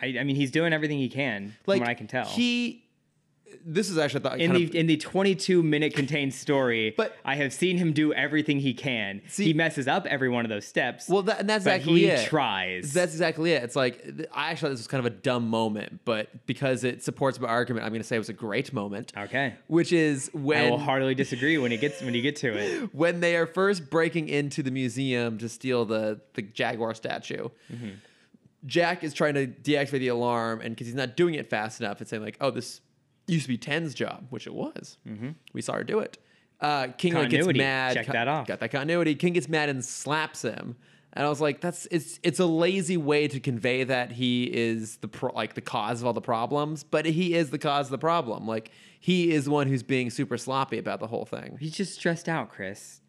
I, I mean, he's doing everything he can, Like from what I can tell. he. This is actually I thought in kind the of- in the 22 minute contained story, But- I have seen him do everything he can. See- he messes up every one of those steps. well, that, and that's but exactly he it. tries. That's exactly it. It's like th- I actually thought this was kind of a dumb moment, but because it supports my argument, I'm going to say it was a great moment. okay. Which is I will when heartily disagree when it gets when you get to it. when they are first breaking into the museum to steal the the jaguar statue. Jack is trying to deactivate the alarm, and because he's not doing it fast enough, it's saying like, "Oh, this used to be Ten's job," which it was. We saw her do it. Uh, King like, gets Mm-hmm. Continuity. mad. Check that off. Got that continuity. King gets mad and slaps him. And I was like, "That's it's it's a lazy way to convey that he is the pro- like the cause of all the problems, but he is the cause of the problem. Like he is the one who's being super sloppy about the whole thing." He's just stressed out, Chris.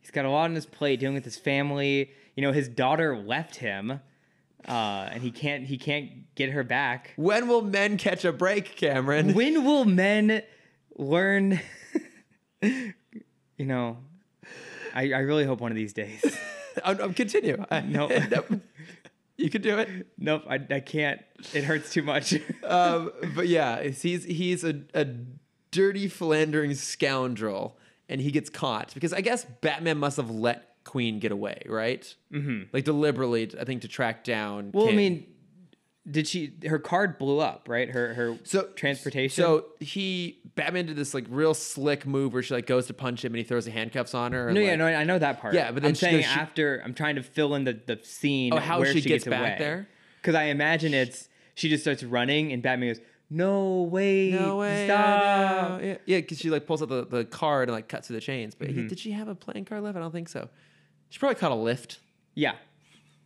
He's got a lot on his plate dealing with his family. You know, his daughter left him, uh, and he can't he can't get her back. When will men catch a break, Cameron? When will men learn? you know, I, I really hope one of these days. I'm, I'm Oh, continue. I- Uh, No. Nope. you can do it. nope, I, I can't. It hurts too much. Um, but yeah, it's- he's he's a, a dirty philandering scoundrel, and he gets caught because I guess Batman must have let Queen get away, right? Mm-hmm. Like deliberately, I think, to track down. well, I King. mean, did she? Her card blew up, right? Her her so transportation. So he Batman did this like real slick move where she like goes to punch him and he throws the handcuffs on her. and, No, yeah, like- no, I know that part. Yeah, but then I'm she- no, saying she- after I'm trying to fill in the the scene. Oh, how where she gets back away. there? Because I imagine it's she just starts running and Batman goes, "No way, No way. stop!" no. Yeah, yeah, because she like pulls out the, the card and like cuts through the chains. But Mm-hmm. he, did she have a playing card left? I don't think so. She probably caught a lift. Yeah,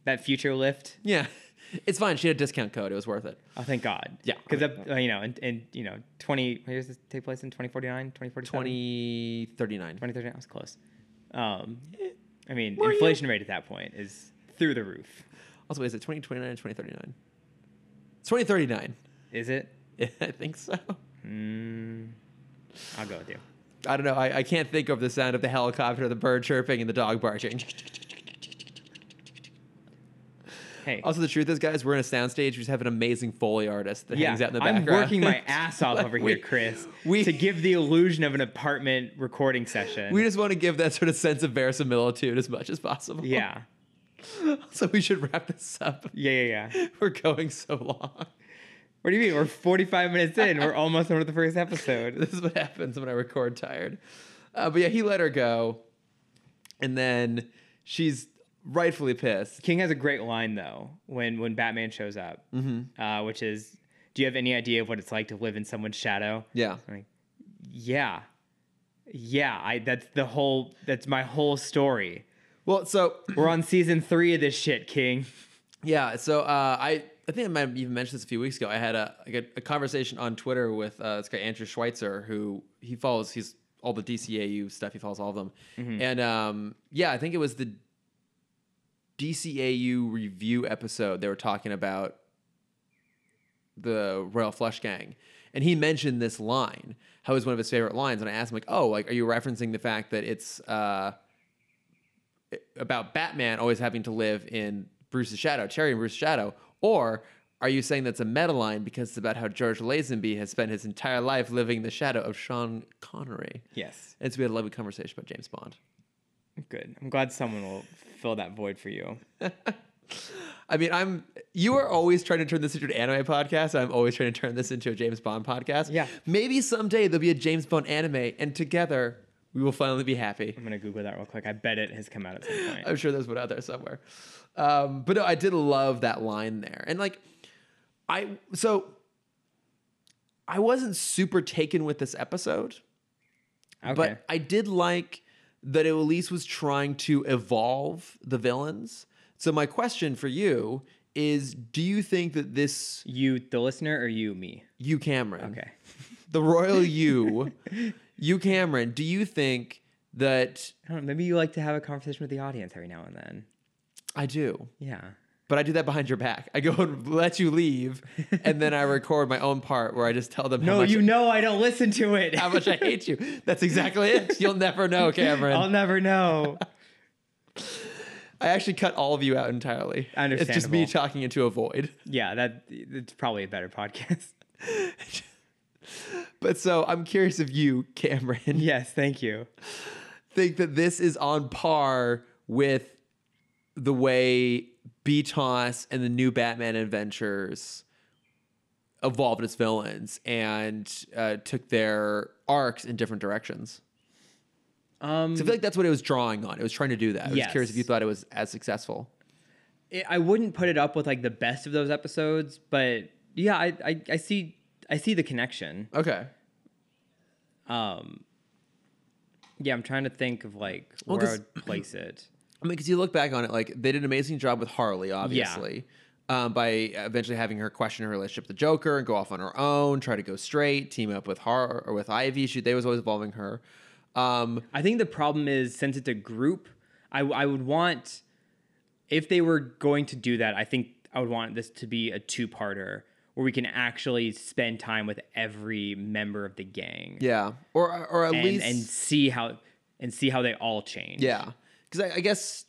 that future lift. Yeah, it's fine. She had a discount code. It was worth it. Oh, thank God. Yeah. because you know, and, and you know, twenty. Where does this take place in? 2049, 2047? Twenty thirty nine. 2039. I was close. Um, I mean, Were you? inflation rate at that point is through the roof. Also, is it twenty twenty nine or twenty thirty nine? It's twenty thirty nine. Is it? I think so. Mm, I'll go with you. I don't know. I, I can't think of the sound of the helicopter, the bird chirping, and the dog barking. Hey. Also, the truth is, guys, we're in a soundstage. We just have an amazing foley artist that hangs out in the I'm background. working my ass off over We- here, Chris, we- to give the illusion of an apartment recording session. we just want to give that sort of sense of verisimilitude as much as possible. yeah. So we should wrap this up. yeah, yeah, yeah. We're going so long. What do you mean? We're 45 minutes in. We're almost on to the first episode. This is what happens when I record tired. Uh, but yeah, he let her go. And then she's rightfully pissed. Mm-hmm. King has a great line though when when Batman shows up, uh, which is do you have any idea of what it's like to live in someone's shadow? Yeah. I'm like, yeah, yeah. I that's the whole that's my whole story. Well, so We're on season three of this shit, King. yeah, so uh, I I think I might have even mentioned this a few weeks ago. I had a like a, a conversation on Twitter with uh, this guy Andrew Schweitzer, who he follows. He's all the DCAU stuff. He follows all of them, and um, yeah, I think it was the DCAU review episode. They were talking about the Royal Flush Gang. And he mentioned this line, how it's one of his favorite lines. And I asked him, like, oh, like, are you referencing the fact that it's uh, about Batman always having to live in Bruce's shadow, Cherry and Bruce's shadow? Or are you saying that's a meta line because it's about how George Lazenby has spent his entire life living in the shadow of Sean Connery? Yes, And so we had a lovely conversation about James Bond. good. I'm glad someone will fill that void for you. I mean, I'm you are always trying to turn this into an anime podcast. and I'm always trying to turn this into a James Bond podcast. Yeah. Maybe someday there'll be a James Bond anime, and together we will finally be happy. I'm gonna Google that real quick. I bet it has come out at some point. I'm sure there's one out there somewhere. Um, but no, I did love that line there. And like I so I wasn't super taken with this episode, Okay. Uh, but I did like that it at least was trying to evolve the villains. So my question for you is do you think that this you, the listener, or you, me? you Cameron. Okay. The royal you, you Cameron, do you think that I don't know. Maybe you like to have a conversation with the audience every now and then. I do, Yeah. but I do that behind your back. I go and let you leave and then I record my own part where I just tell them how, No, much, Oh, you know I don't listen to it. how much I hate you. That's exactly it. You'll never know, Cameron. I'll never know. I actually cut all of you out entirely. It's just me Understandable. talking into a void. yeah, that it's probably a better podcast. But so I'm curious if you, Cameron, yes, thank you. think that this is on par with the way BTOS and the new Batman Adventures evolved as villains and uh, took their arcs in different directions. Um, So I feel like that's what it was drawing on. It was trying to do that. I was Yes. curious if you thought it was as successful. it- I wouldn't put it up with like the best of those episodes, but yeah, I, I, I see I see the connection. Okay. Um, yeah, I'm trying to think of like Well, where I 'cause- would place it. I mean, because you look back on it, like they did an amazing job with Harley, obviously, um, by eventually having her question her relationship with the Joker and go off on her own, try to go straight, team up with Har or with Ivy. She they was always involving her. Um, I think the problem is since it's a group, I, I would want, if they were going to do that, I think I would want this to be a two parter where we can actually spend time with every member of the gang yeah, or or at and, least and see how and see how they all change. yeah, because I, I guess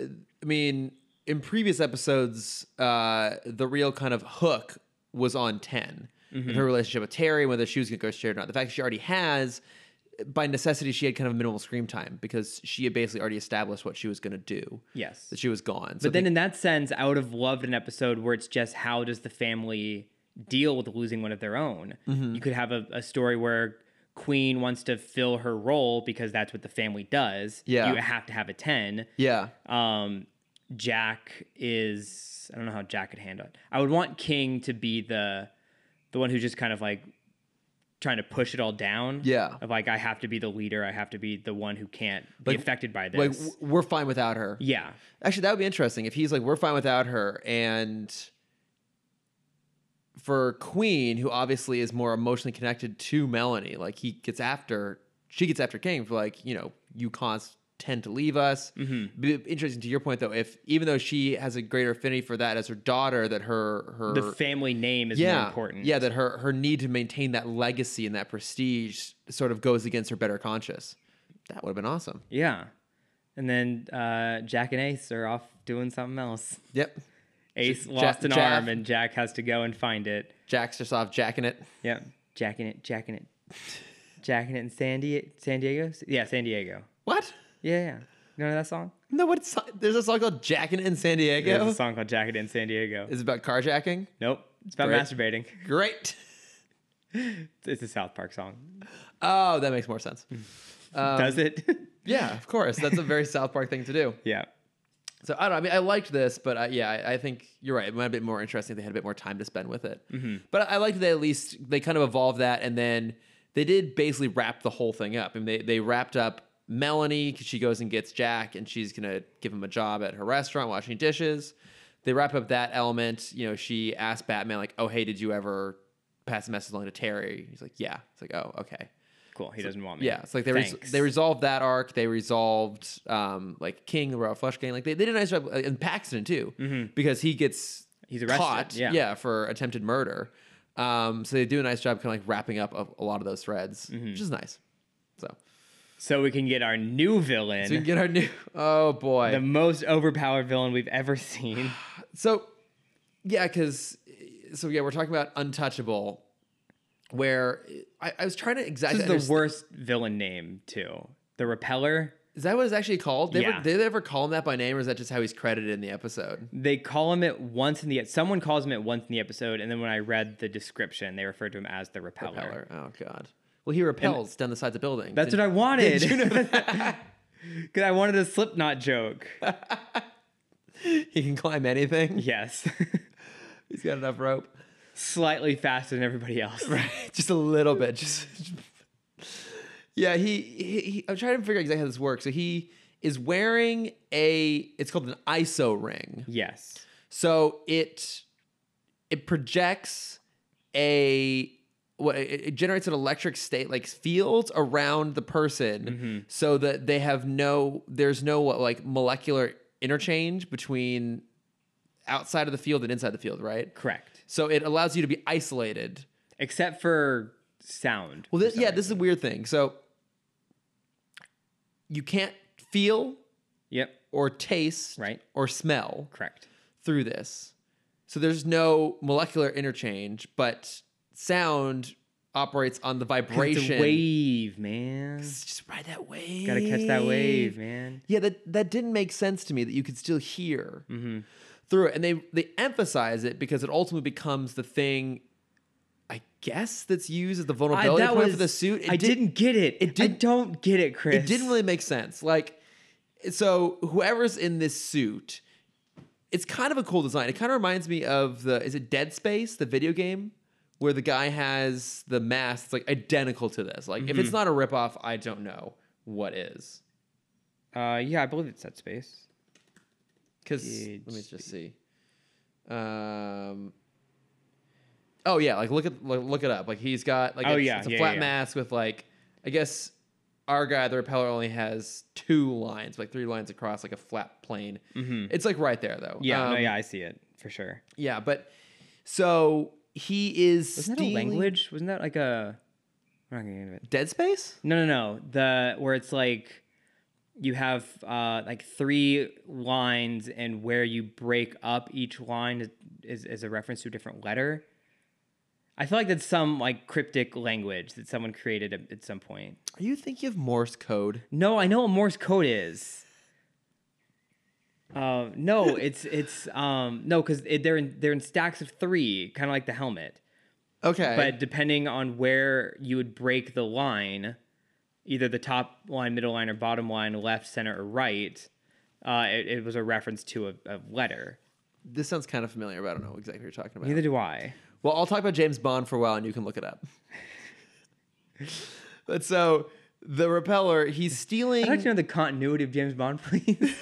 uh, I mean in previous episodes, uh, the real kind of hook was on 10 Mm-hmm. and her relationship with Terry, whether she was gonna go straight or not. The fact that she already has. By necessity, she had kind of minimal screen time because she had basically already established what she was going to do. Yes. that she was gone. So But then in that sense, I would have loved an episode where it's just how does the family deal with losing one of their own? Mm-hmm. You could have a, a story where Queen wants to fill her role because that's what the family does. Yeah. You have to have a 10. yeah, Um, Jack is I don't know how Jack could handle it. I would want King to be the the one who's just kind of like trying to push it all down. Yeah. Of like I have to be the leader, I have to be the one who can't be Like- affected by this. like w- we're fine without her. yeah. Actually, that would be interesting if he's like we're fine without her, and for Queen, who obviously is more emotionally connected to Melanie, like he gets after she gets after King for like you know you caused tend to leave us. Mm-hmm. Be interesting to your point though, if even though she has a greater affinity for that as her daughter, that her her The family name is Er yeah, more important. Yeah, that her her need to maintain that legacy and that prestige sort of goes against her better conscience. That would have been awesome. Yeah. And then uh, Jack and Ace are off doing something else. Yep. Ace Ja- lost an Jack- arm and Jack has to go and find it. Jack's just off jacking it. Yeah. Jack and it, Jack and it, Jack and it in San, Di- San Diego? Yeah, San Diego. What? Yeah, yeah. You know that song? No, what? so- There's a song called Jacking It in San Diego. There's a song called Jacket in San Diego. It's about carjacking. Nope. It's about Great. masturbating. Great. It's a South Park song. Oh, that makes more Mm. sense. Does it? Um, Yeah, of course. That's a very South Park thing to do. yeah. So I don't. know. I mean, I liked this, but I, yeah, I, I think you're right. It might have been more interesting. if They had a bit more time to spend with it. But I liked that at least they kind of evolved that, and then they did basically wrap the whole thing up. I mean, they they wrapped up Melanie because she goes and gets Jack, and she's gonna give him a job at her restaurant washing dishes. They wrap up that element. You know, she asks Batman like, "Oh, hey, did you ever pass a message along to Terry?" He's like, "Yeah." It's like, "Oh, okay." Cool. He doesn't want me. Yeah, it's like they res- Thanks. they resolved that arc. They resolved um like King, Ralph Flushgang. Like they, they did a nice job, uh, and Paxton too, because he gets He's Mm-hmm. arrested, caught, yeah. for attempted murder. Um, so they do a nice job, kind of like wrapping up a, a lot of those threads, Mm-hmm. which is nice. So, so we can get our new villain, so we can get our new oh boy, the most overpowered villain we've ever seen. So, yeah, because so yeah, we're talking about Untouchable, where I, I was trying to exactly This is the worst villain name too. The Repeller. Is that what it's actually called? They Yeah. ever, did they ever call him that by name, or is that just how he's credited in the episode? They call him it once in the e, someone calls him it once in the episode, and then when I read the description, they referred to him as the Repeller. Repeller. Oh God. Well, he repels down the sides of buildings. That's and- what I wanted. Did you know Because I wanted a Slipknot joke. He can climb anything. Yes, He's got enough rope. slightly faster than everybody else. just a little bit. Just. yeah, he, he, he. I'm trying to figure out exactly how this works. So he is wearing a. It's called an ISO ring. Yes. So it it projects a what it it generates an electric state like fields around the person so that they have no there's no what like molecular interchange between outside of the field and inside the field, right? Correct. So it allows you to be isolated. Except for sound. Well, for this, some yeah, reason. this is a weird thing. So you can't feel Yep. or taste Right. or smell. Correct. through this. So there's no molecular interchange, but sound operates on the 'Cause it's a vibration. wave, man. Just ride that wave. Gotta catch that wave, man. Yeah, that that didn't make sense to me that you could still hear Mm-hmm. through it, and they they emphasize it because it ultimately becomes the thing, I guess, that's used as the vulnerability point for the suit. It I did- did, not get it. It I did- don't get it, Chris. it didn't really make sense. Like, so whoever's in this suit, it's kind of a cool design. It kind of reminds me of the is it Dead Space, the video game, where the guy has the mask that's like identical to this. Like, if it's not a ripoff, I don't know what is. Uh, yeah, I believe it's that space. Because Dead let me just see. Um. Oh yeah, like look at look, look it up. Like he's got like Oh, it's, yeah, it's a yeah, yeah, flat yeah. mask with like I guess our guy the repeller only has two lines, like three lines across, like a flat plane. It's like right there though. Mm-hmm. Yeah, Oh, no, Um, yeah, I see it for sure. yeah. But so he is. Wasn't stealing- that a language? Wasn't that like a? I'm not gonna get into it. Dead Space? No, no, no. The where it's like you have uh, like three lines, and where you break up each line is, is a reference to a different letter. I feel like that's some like cryptic language that someone created at, at some point. Are you thinking of Morse code? No, I know what Morse code is. Um, no, it's it's um, no, because they're in they're in stacks of three, kind of like the helmet. Okay. But depending on where you would break the line, either the top line, middle line, or bottom line, left, center, or right, uh, it, it was a reference to a, a letter. this sounds kind of familiar, but I don't know exactly what you're talking about. Neither do I. Well, I'll talk about James Bond for a while, and you can look it up. but so the repeller, he's stealing. I'd like to know the continuity of James Bond, please.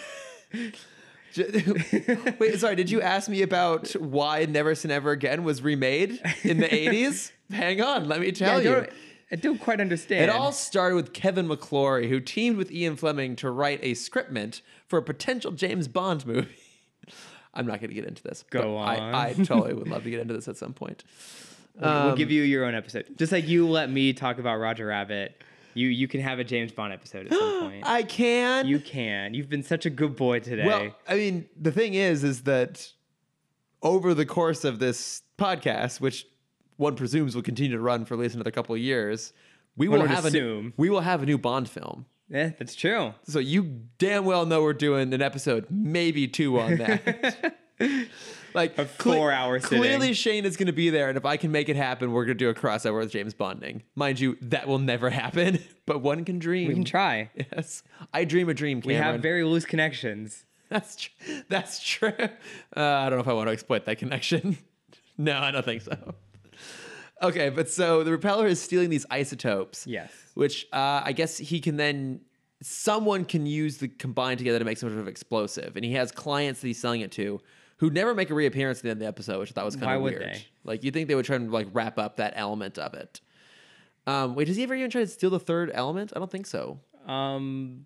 J- Wait, sorry. Did you ask me about why Never Say Never Again was remade in the '80s? Hang on, let me I, tell don't, you. I don't quite understand. It all started with Kevin McClory, who teamed with Ian Fleming to write a scriptment for a potential James Bond movie. I'm not going to get into this. but Go on. I, I totally would love to get into this at some point. We'll- we'll give you your own episode, just like you let me talk about Roger Rabbit. You you can have a James Bond episode at some point. I can. You can. You've been such a good boy today. Well, I mean, the thing is, is that over the course of this podcast, which one presumes will continue to run for at least another couple of years, we One will would have a new, assume. we will have a new Bond film. yeah, that's true. So you damn well know we're doing an episode, maybe two on that. like A four-hour sitting. Clearly, Shane is going to be there, and if I can make it happen, we're going to do a crossover with James Bonding. Mind you, that will never happen, but one can dream. We can try. Yes, I dream a dream. We Cameron. have very loose connections. That's tr- that's true. Uh, I don't know if I want to exploit that connection. no, I don't think so. Okay, but so the repeller is stealing these isotopes. Yes. Which uh, I guess he can then someone can use the combined together to make some sort of explosive, and he has clients that he's selling it to who never make a reappearance at the end of the episode, which I thought was kind Why of would weird. they? Like you think they would try and like wrap up that element of it. Um, wait, does he ever even try to steal the third element? I don't think so. Um,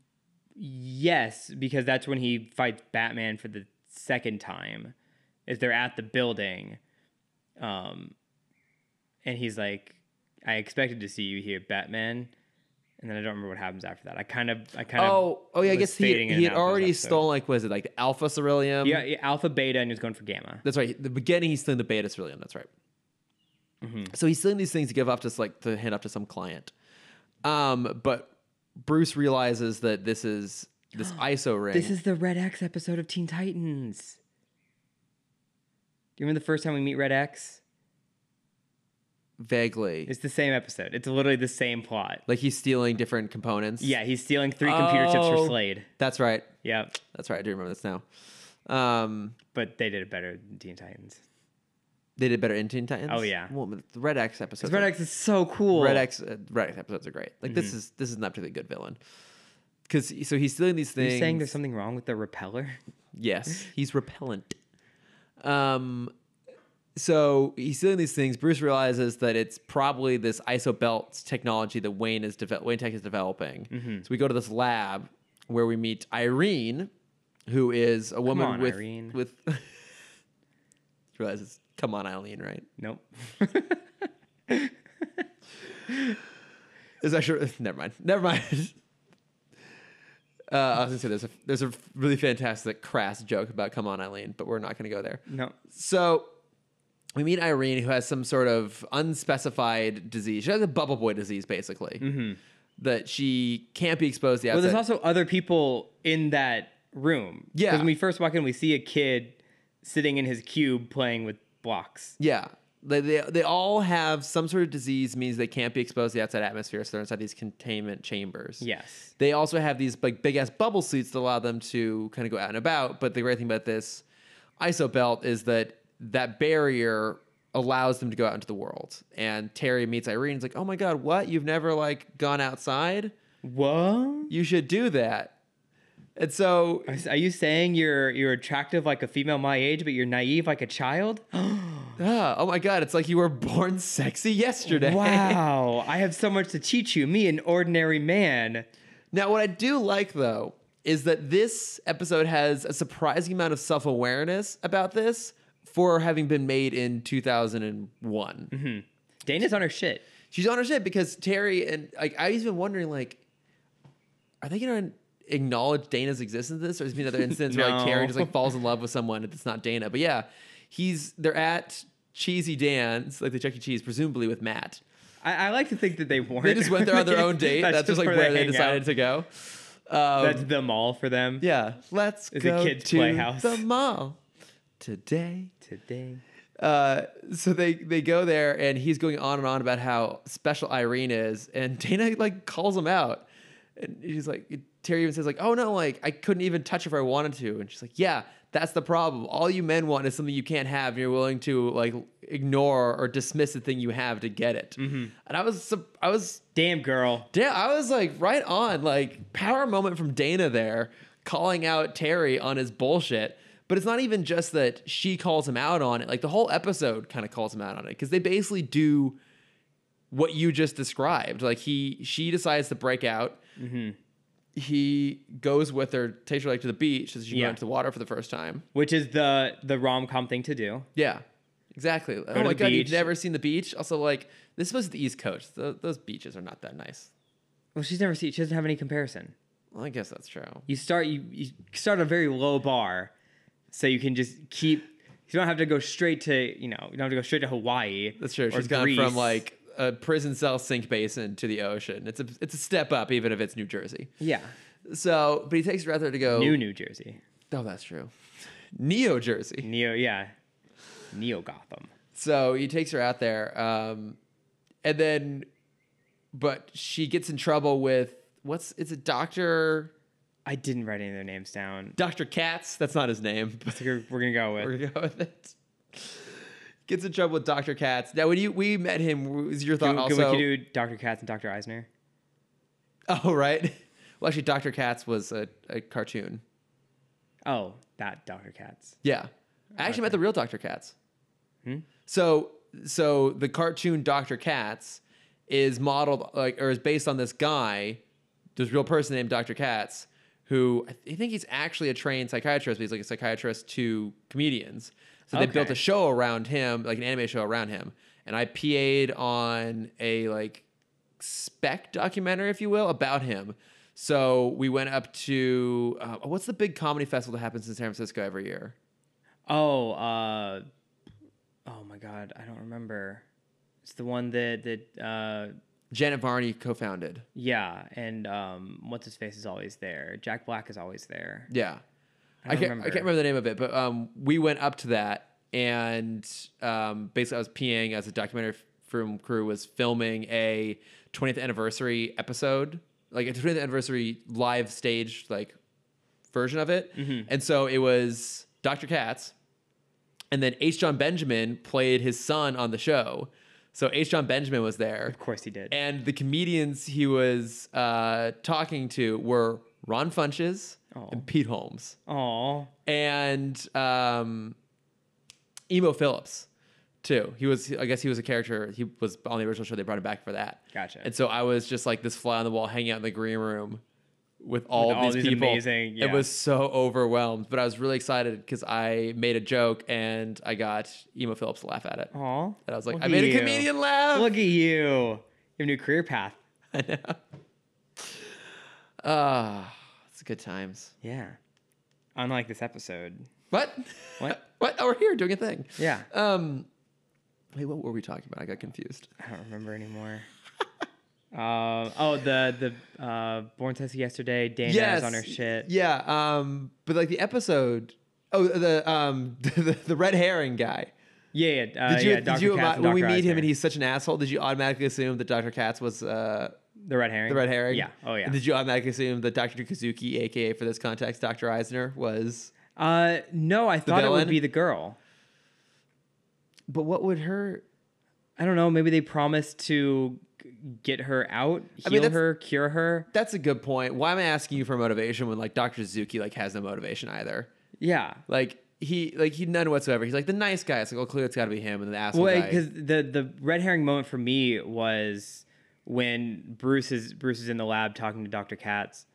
yes, because that's when he fights Batman for the second time. Is they're at the building, um, and he's like, "I expected to see you here, Batman," and then I don't remember what happens after that. I kind of, I kind of, Oh, oh yeah. I was guess he, fading in he had and out this already episode. stolen like was it like the alpha ceruleum? yeah, yeah, alpha, beta, and he's going for gamma. that's right. The beginning he's stealing the beta ceruleum. That's right. Mm-hmm. So he's stealing these things to give up to s- like to hand up to some client. Um, but Bruce realizes that this is this ISO ring. This is the Red X episode of Teen Titans. Do you remember the first time we meet Red X? vaguely It's the same episode. It's literally the same plot. like he's stealing different components. Yeah, he's stealing three computer chips Oh. for Slade. that's right. Yep. That's right. I do remember this now. Um, but they did it better than Teen Titans. they did better in Teen Titans. Oh, yeah. Well, the Red X episode. Red X is so cool. Mm-hmm. Red X, uh, Red X episodes are great. Like this is this is not particularly good villain. Because so he's stealing these You're things. saying there's something wrong with the repeller? Yes, he's repellent. Um, so he's stealing these things. Bruce realizes that it's probably this iso belt technology that Wayne is devel- Wayne Tech is developing. Mm-hmm. So we go to this lab where we meet Irene, who is a woman on, with Irene. with. realizes, come on, Eileen, right? Nope. Is that sure? Never mind. Never mind. Uh, I was gonna say there's a there's a really fantastic crass joke about come on Eileen, but we're not gonna go there. No. So we meet Irene, who has some sort of unspecified disease. She has a bubble boy disease, basically, that she can't be exposed to the Mm-hmm. Well, outside. there's also other people in that room. Yeah. Because when we first walk in, we see a kid sitting in his cube playing with blocks. yeah. They, they, they all have some sort of disease means they can't be exposed to the outside atmosphere, so they're inside these containment chambers. Yes. They also have these like big ass bubble suits that allow them to kind of go out and about. But the great thing about this ISO belt is that that barrier allows them to go out into the world. And Terry meets Irene. He's like, "Oh my god, what? You've never like gone outside? What? You should do that." And so Is- Are you saying you're you're attractive like a female my age, but you're naive like a child? Ah, oh my god, it's like you were born sexy yesterday. wow. I have so much to teach you, me, an ordinary man. Now, what I do like though is that this episode has a surprising amount of self awareness about this for having been made in 2001. Dana's on her shit. She's on her shit because Terry and like I was even wondering like, are they gonna acknowledge Dana's existence? in This or has been other instances where like Terry No. just like falls in love with someone that's not Dana. But yeah, he's they're at Cheesy Dan's like the Chuck E. Cheese, presumably with Matt. I, I like to think that they weren't. They just went there on their own date. that's, just like where they hang out. decided to go. Um, That's the mall for them. Yeah, let's It's a go kid's to playhouse. the mall today. Today. Uh, so they they go there, and he's going on and on about how special Irene is, and Dana like calls him out, and he's like Terry even says like, "Oh no, like I couldn't even touch her if I wanted to," and she's like, "Yeah." That's the problem. All you men want is something you can't have, and you're willing to like ignore or dismiss the thing you have to get it. And I was, sup- I was Damn girl. yeah, I was like right on, like power moment from Dana there, calling out Terry on his bullshit. But it's not even just that she calls him out on it. Like the whole episode kind of calls him out on it because they basically do what you just described. Like he, she decides to break out. Mm-hmm. He goes with her, takes her like to the beach, so she can Yeah. go into the water for the first time. Which is the the rom com thing to do. Yeah, exactly. oh to my the god, you've beach. never seen the beach. Also, like this was the East Coast. Tho- those beaches are not that nice. Well, she's never seen. She doesn't have any comparison. Well, I guess that's true. You start you, you start a very low bar, so you can just keep. You don't have to go straight to you know. You don't have to go straight to Hawaii. That's true. or She's gone Greece. from like a prison cell sink basin to the ocean. It's a it's a step up, even if it's New Jersey. yeah, So, but he takes her out there to go. new New Jersey, oh, that's true. Neo Jersey. neo yeah, neo Gotham. So he takes her out there, um, and then, but she gets in trouble with what's it's a doctor I didn't write any of their names down. Dr. Katz, that's not his name, but So we're, we're gonna go we're with gonna go with it. Gets in trouble with Dr. Katz. Now, when you we met him, what was your thought can, we- can we- also? can we do Dr. Katz and Dr. Eisner? oh, right. Well, actually, Dr. Katz was a, a cartoon. Oh, that Dr. Katz. Yeah. I actually met the real Dr. Katz. Hmm? So so the cartoon Dr. Katz is modeled like or is based on this guy, this real person named Dr. Katz, who I th- I think he's actually a trained psychiatrist, but he's like a psychiatrist to comedians. So they built Okay. a show around him, like an anime show around him. And I PA'd on a like spec documentary, if you will, about him. So we went up to uh, what's the big comedy festival that happens in San Francisco every year? Oh, uh, oh my God, I don't remember. It's the one that that uh, Janet Varney co-founded. yeah, and um, what's his face is always there. Jack Black is always there. Yeah. I, don't can't, I remember. can't remember the name of it, but um, we went up to that and um, basically I was peeing as a documentary f- film crew was filming a 20th anniversary episode, like a 20th anniversary live stage like version of it. Mm-hmm. And so it was Dr. Katz, and then H. John Benjamin played his son on the show. So H. John Benjamin was there. Of course he did. And the comedians he was uh, talking to were Ron Funches Aw. and Pete Holmes Oh, and um, Emo Phillips too. He was, I guess, he was a character. He was on the original show. They brought him back for that. Gotcha. And so I was just like this fly on the wall, hanging out in the green room with all, With of all these, these people. amazing- It yeah. was so overwhelmed, but I was really excited because I made a joke and I got Emo Phillips to laugh at it. oh. And I was like, I made a comedian laugh. Look at you. You have a new career path. Ah, it's good times. Yeah. Unlike this episode. What? What? what? Oh, we're here doing a thing. Yeah. Um, wait, what were we talking about? I got confused. I don't remember anymore. um, oh, the the uh, Born Test yesterday. Dana is on her shit. Yeah. Um, but like the episode. Oh, the um, the, the red herring guy. Yeah, yeah. Uh, Did you? yeah did Dr. you? Katz ama- and when we Dr. meet him Eisner. and he's such an asshole, did you automatically assume that Dr. Katz was uh, the red herring. the red herring? Yeah. Oh yeah. And did you automatically assume that Dr. Kazuki, aka for this context, Dr. Eisner, was? Uh, no, I thought it villain? would be the girl. But what would her? I don't know. Maybe they promised to g- get her out, heal I mean, that's- her, cure her. That's a good point. Why am I asking you for motivation when like Dr. Suzuki like has no motivation either? Yeah. Like he like he none whatsoever. He's like the nice guy. It's like oh clearly it's got to be him and the asshole Well, guy. because the the red herring moment for me was when Bruce is Bruce is in the lab talking to Doctor Katz,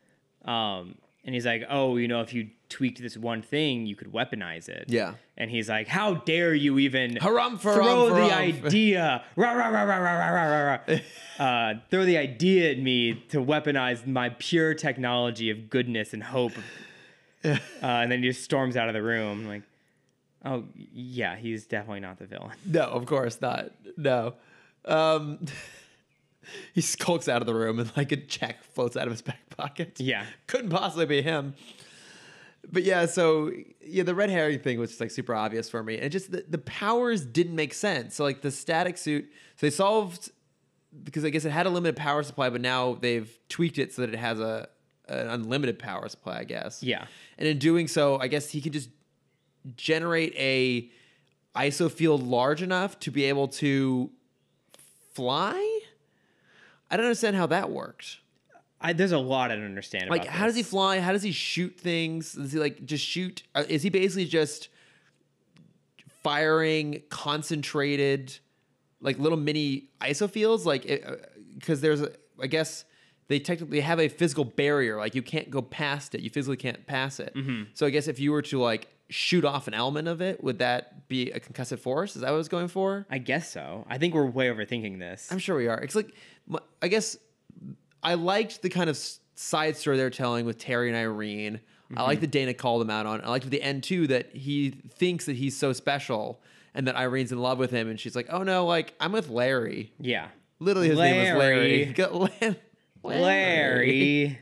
um, and he's like, "Oh, you know, if you tweaked this one thing, you could weaponize it." Yeah. And he's like, "How dare you even Harumph, throw harumph, the harumph." idea, rah, rah, rah, rah, rah, rah, rah, rah, rah. Uh, throw the idea at me to weaponize my pure technology of goodness and hope." Uh, and then he just storms out of the room, I'm like, "Oh yeah, he's definitely not the villain." No, of course not. No. Um, he skulks out of the room and like a check floats out of his back pocket. Yeah. Couldn't possibly be him. But yeah, so yeah, the red herring thing was just like super obvious for me. And just the, the powers didn't make sense. So like the static suit, so they solved because I guess it had a limited power supply, but now they've tweaked it so that it has a an unlimited power supply, I guess. Yeah. And in doing so, I guess he can just generate a ISO field large enough to be able to fly? I don't understand how that worked. I, there's a lot I don't understand. Like, about how does he this. fly? How does he shoot things? Does he like just shoot? uh, Is he basically just firing concentrated, like little mini iso fields? Like, because there's, a- I guess they technically have a physical barrier. Like, you can't go past it. You physically can't pass it. Mm-hmm. So I guess if you were to like shoot off an element of it, would that be a concussive force? Is that what I was going for? I guess so. I think we're way overthinking this. I'm sure we are. It's like, m- I guess I liked the kind of s- side story they're telling with Terry and Irene. I Mm-hmm. like that Dana called him out on. it. I liked at the end too that he thinks that he's so special and that Irene's in love with him, and she's like, "Oh no, like I'm with Larry." yeah, Literally, his Larry. name was Larry. Go- La- Larry.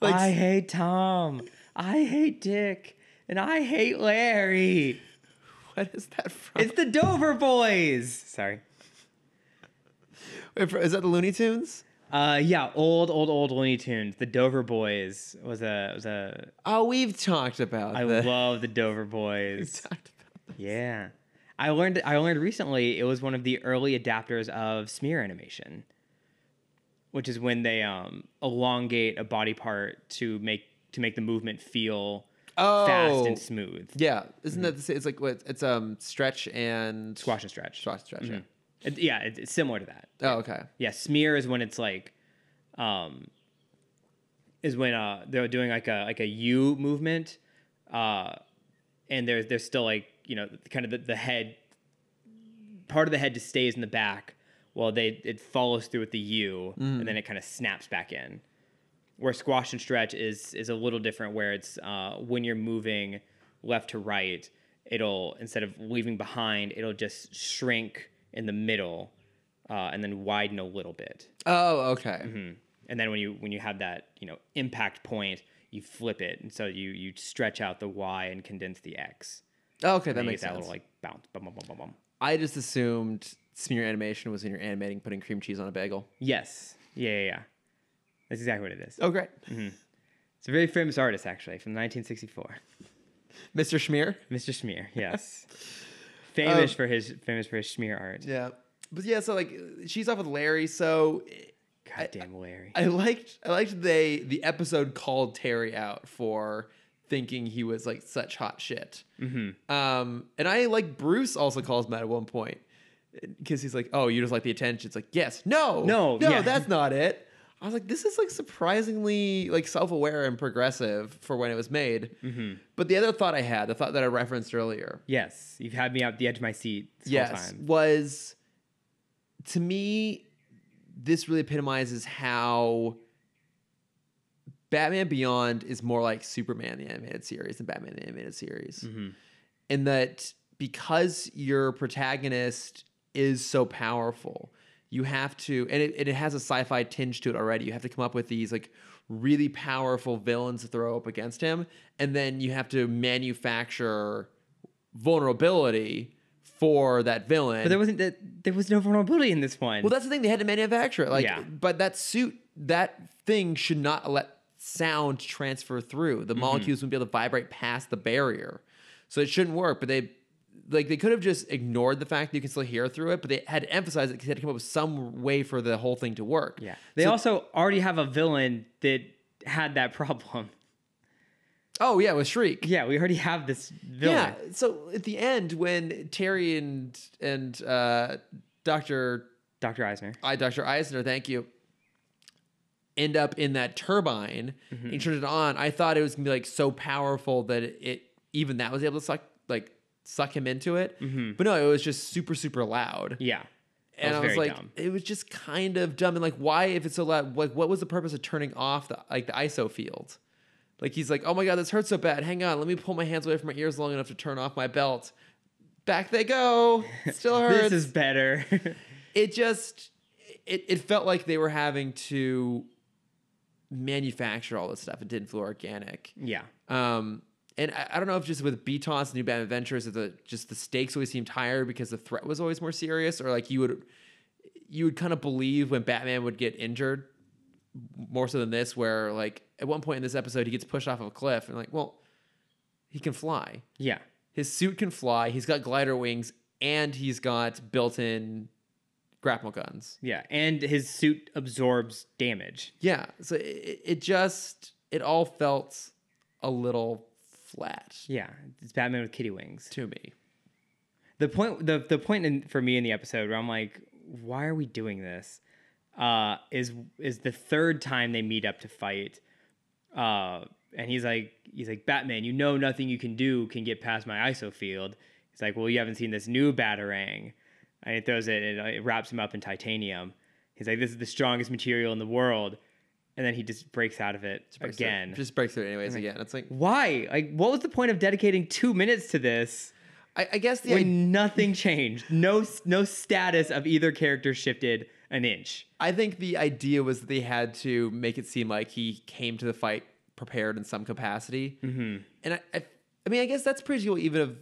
Like- I hate Tom. I hate Dick, and I hate Larry. What is that from? It's the Dover Boys. Sorry. Wait, for- Is that the Looney Tunes? Uh, yeah, old, old, old Looney Tunes. The Dover Boys was a was a. Oh, we've talked about I this. love the Dover Boys. Yeah, I learned. I learned recently it was one of the early adapters of smear animation, which is when they um elongate a body part to make to make the movement feel fast Oh. and smooth. Yeah, isn't that the same? It's like what? It's um stretch and Squash Mm-hmm. and stretch. Squash stretch. yeah. It- yeah, it- it's similar to that. Oh, okay. Yeah, smear is when it's like, um, is when uh they're doing like a like a U movement, uh, and there's there's still like you know kind of the, the head, part of the head just stays in the back while they it follows through with the U and then it kind of snaps back in. Where squash and stretch is is a little different where it's uh when you're moving left to right, it'll instead of leaving behind, it'll just shrink in the middle. Uh, and then widen a little bit. Oh, okay. Mhm. And then when you when you have that you know impact point, you flip it, and so you you stretch out the Y and condense the X. Okay, that And you makes get that sense. little like bounce. Bum, bum, bum, bum, bum. I just assumed smear animation was when you're animating putting cream cheese on a bagel. Yes. Yeah, yeah, yeah. That's exactly what it is. Oh, great, It's a very famous artist actually from 1964, Mr. Schmear. Mr. Schmier. Yes. famous for his famous for his smear art. Yeah, but yeah, so like she's off with Larry, so Goddamn Larry. I liked I liked they the episode called Terry out for thinking he was like such hot shit. Mm-hmm. Um, and I like Bruce also calls him out at one point because he's like, "Oh, you just like the attention." It's like, "Yes, no, No, no, yeah. that's not it." I was like, "This is like surprisingly like self aware and progressive for when it was made." Mm-hmm. But the other thought I had, the thought that I referenced earlier, yes, you've had me out the edge of my seat this whole yes, time. was to me, this really epitomizes how Batman Beyond is more like Superman the animated series than Batman the animated Mm-hmm. series. In that because your protagonist is so powerful, you have to, and it, and it has a sci fi tinge to it already. You have to come up with these like really powerful villains to throw up against him, and then you have to manufacture vulnerability for that villain. But there wasn't that there was no vulnerability in this one. Well, that's the thing. They had to manufacture it. Like, Yeah. but that suit, that thing should not let sound transfer through. Mm-hmm. The molecules wouldn't be able to vibrate past the barrier, so it shouldn't work. But they, like, they could have just ignored the fact that you can still hear through it. But they had to emphasize it because they had to come up with some way for the whole thing to work. yeah. They also already have a villain that had that problem. Oh yeah, with Shriek. Yeah, we already have this villain. Yeah. So at the end, when Terry and and uh, Doctor Dr. Eisner. I, Dr. Eisner, thank you, end up in that turbine Mm-hmm. and turn it on. I thought it was gonna be like so powerful that it, it even that was able to suck like suck him into it. But no, it was just super super loud. Mm-hmm. Yeah. That and I was very like, dumb. it was just kind of dumb. And like, why if it's so loud? Like, what was the purpose of turning off the like the ISO field? Like he's like, oh my god, this hurts so bad. Hang on, let me pull my hands away from my ears long enough to turn off my belt. Back they go. Still hurts this is better. it just it, it felt like they were having to manufacture all this stuff it didn't feel organic yeah. um and I, I don't know if just with BTOS New Batman Adventures, if the just the stakes always seemed higher because the threat was always more serious, or like you would you would kind of believe when Batman would get injured more so than this, where like at one point in this episode he gets pushed off of a cliff and like, well, he can fly. Yeah. His suit can fly. He's got glider wings and he's got built-in grapnel guns. Yeah. And his suit absorbs damage. Yeah, so it, it just it all felt a little flat Yeah. It's Batman with kitty wings. to me. The point the the point in, for me in the episode where I'm like, why are we doing this? Uh is is the third time they meet up to fight. Uh and he's like he's like, Batman, you know nothing you can do can get past my ISO field. He's like, Well, you haven't seen this new batarang. And he throws it and it wraps him up in titanium. He's like, This is the strongest material in the world. And then he just breaks out of it Breaks through- again. just breaks through anyways. Again, it's like why? Like, what was the point of dedicating two minutes to this? I, I guess the when I, nothing changed. No, no status of either character shifted an inch. I think the idea was that they had to make it seem like he came to the fight prepared in some capacity, mm-hmm. and I, I I mean I guess that's pretty cool even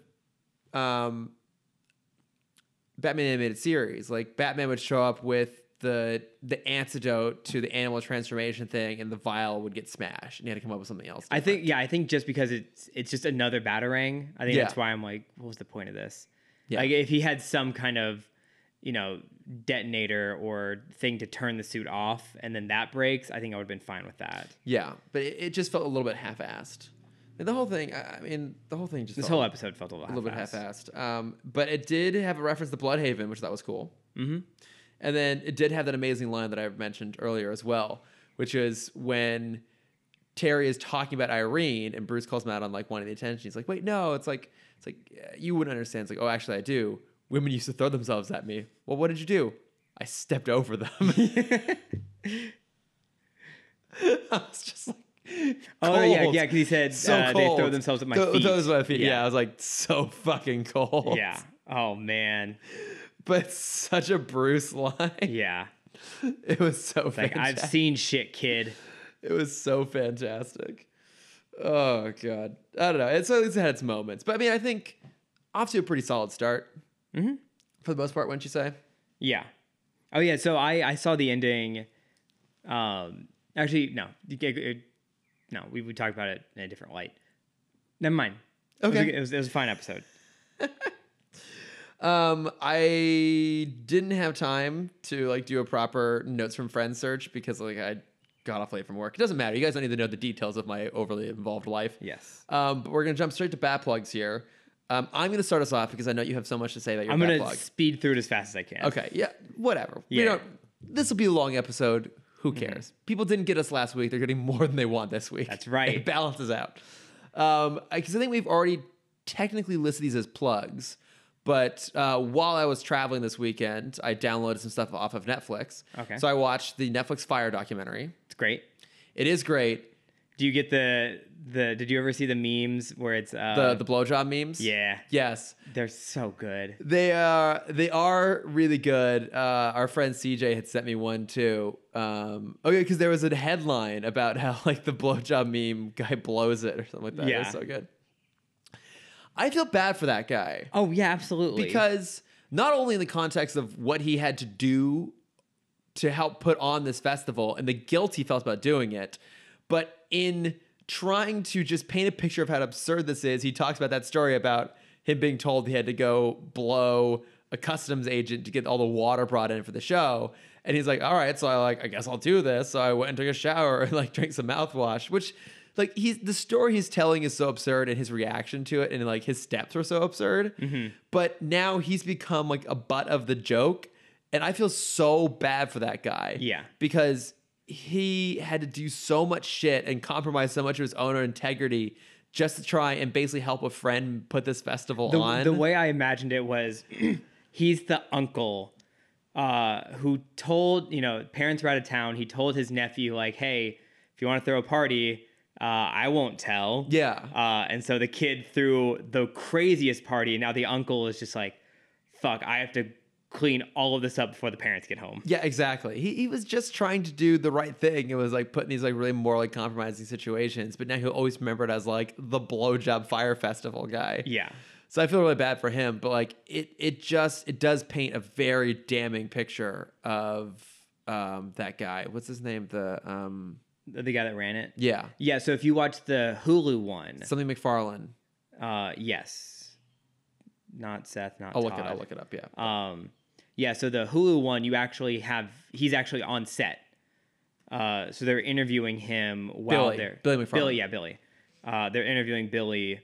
of um Batman animated series. Like Batman would show up with the the antidote to the animal transformation thing, and the vial would get smashed, and he had to come up with something else. I think yeah, I think just because it's it's just another batarang, I think Yeah. that's why I'm like, what was the point of this? Yeah. Like if he had some kind of, you know, detonator or thing to turn the suit off and then that breaks, I think I would have been fine with that. Yeah, but it, it just felt a little bit half-assed. And the whole thing, I, I mean, the whole thing just This felt whole episode felt a little, a little bit half-assed. Um, but it did have a reference to Bloodhaven, which that was cool. Mm-hmm. And then it did have that amazing line that I mentioned earlier as well, which is when Terry is talking about Irene and Bruce calls him out on like wanting the attention. He's like, "Wait, no, it's like it's like uh, you wouldn't understand." It's like, "Oh, actually, I do. Women used to throw themselves at me. Well, what did you do? I stepped over them." I was just like, Oh yeah, yeah, cold. because he said So uh, they throw cold. themselves at my Th- feet. Those were my feet. Yeah. Yeah. I was like so fucking cold. yeah. Oh man. but such a Bruce line. Yeah. It was so Like fantastic. I've seen shit, kid. It was so fantastic. Oh god, I don't know. It's at least it had its moments, but I mean, I think off to a pretty solid start Mhm. for the most part. Wouldn't you say? Yeah. Oh yeah. So I I saw the ending. Um. Actually, no. You get- it- No, we we talked about it in a different light. Never mind. It was a- Okay. It was, it was a fine episode. Um, I didn't have time to like do a proper notes from friends search because like I got off late from work. It doesn't matter. You guys don't need to know the details of my overly involved life. Yes. Um, but we're gonna jump straight to bat plugs here. Um, I'm gonna start us off because I know you have so much to say about your I'm bat gonna plug. speed through it as fast as I can. Okay, yeah, whatever. Yeah. Mm-hmm. We don't. This will be a long episode. Who cares? People didn't get us last week. They're getting more than they want this week. That's right. It balances out. Um, because I think we've already technically listed these as plugs. But uh, while I was traveling this weekend, I downloaded some stuff off of Netflix. Okay. So I watched the Netflix Fire documentary. It's great. It is great. Do you get the the? Did you ever see the memes where it's uh? The the blowjob memes. yeah. Yes. They're so good. They are they are really good. Uh, our friend CJ had sent me one too. Um, oh yeah, because there was a headline about how like the blowjob meme guy blows it or something like that. It Yeah. was so good. I feel bad for that guy Oh yeah, absolutely. because not only in the context of what he had to do to help put on this festival and the guilt he felt about doing it, but in trying to just paint a picture of how absurd this is, he talks about that story about him being told he had to go blow a customs agent to get all the water brought in for the show. And he's like, all right, so I like, I guess I'll do this. So I went and took a shower and like drank some mouthwash, which like he's the story he's telling is so absurd and his reaction to it and like his steps were so absurd. But now he's become like a butt of the joke. And I feel so bad for that guy. Yeah. Because he had to do so much shit and compromise so much of his own integrity just to try and basically help a friend put this festival the, on. the way I imagined it was he's the uncle uh, who told, you know, parents were out of town. He told his nephew, like, hey, if you want to throw a party, uh, I won't tell. yeah. Uh, and so the kid threw the craziest party. And now the uncle is just like, fuck, I have to clean all of this up before the parents get home. Yeah, exactly. He, he was just trying to do the right thing. It was like putting these like really morally compromising situations, but now he'll always remember it as like the blowjob fire festival guy. Yeah. So I feel really bad for him, but like it it just it does paint a very damning picture of um that guy. What's his name? The um The the guy that ran it. yeah. Yeah. So if you watch the Hulu one, Something McFarlane. uh, yes. Not Seth, not I'll look it Todd. I'll look it up, yeah. Um, yeah, so the Hulu one, you actually have he's actually on set. Uh, so they're interviewing him while Billy. they're Billy McFarlane. Billy, yeah, Billy. Uh, they're interviewing Billy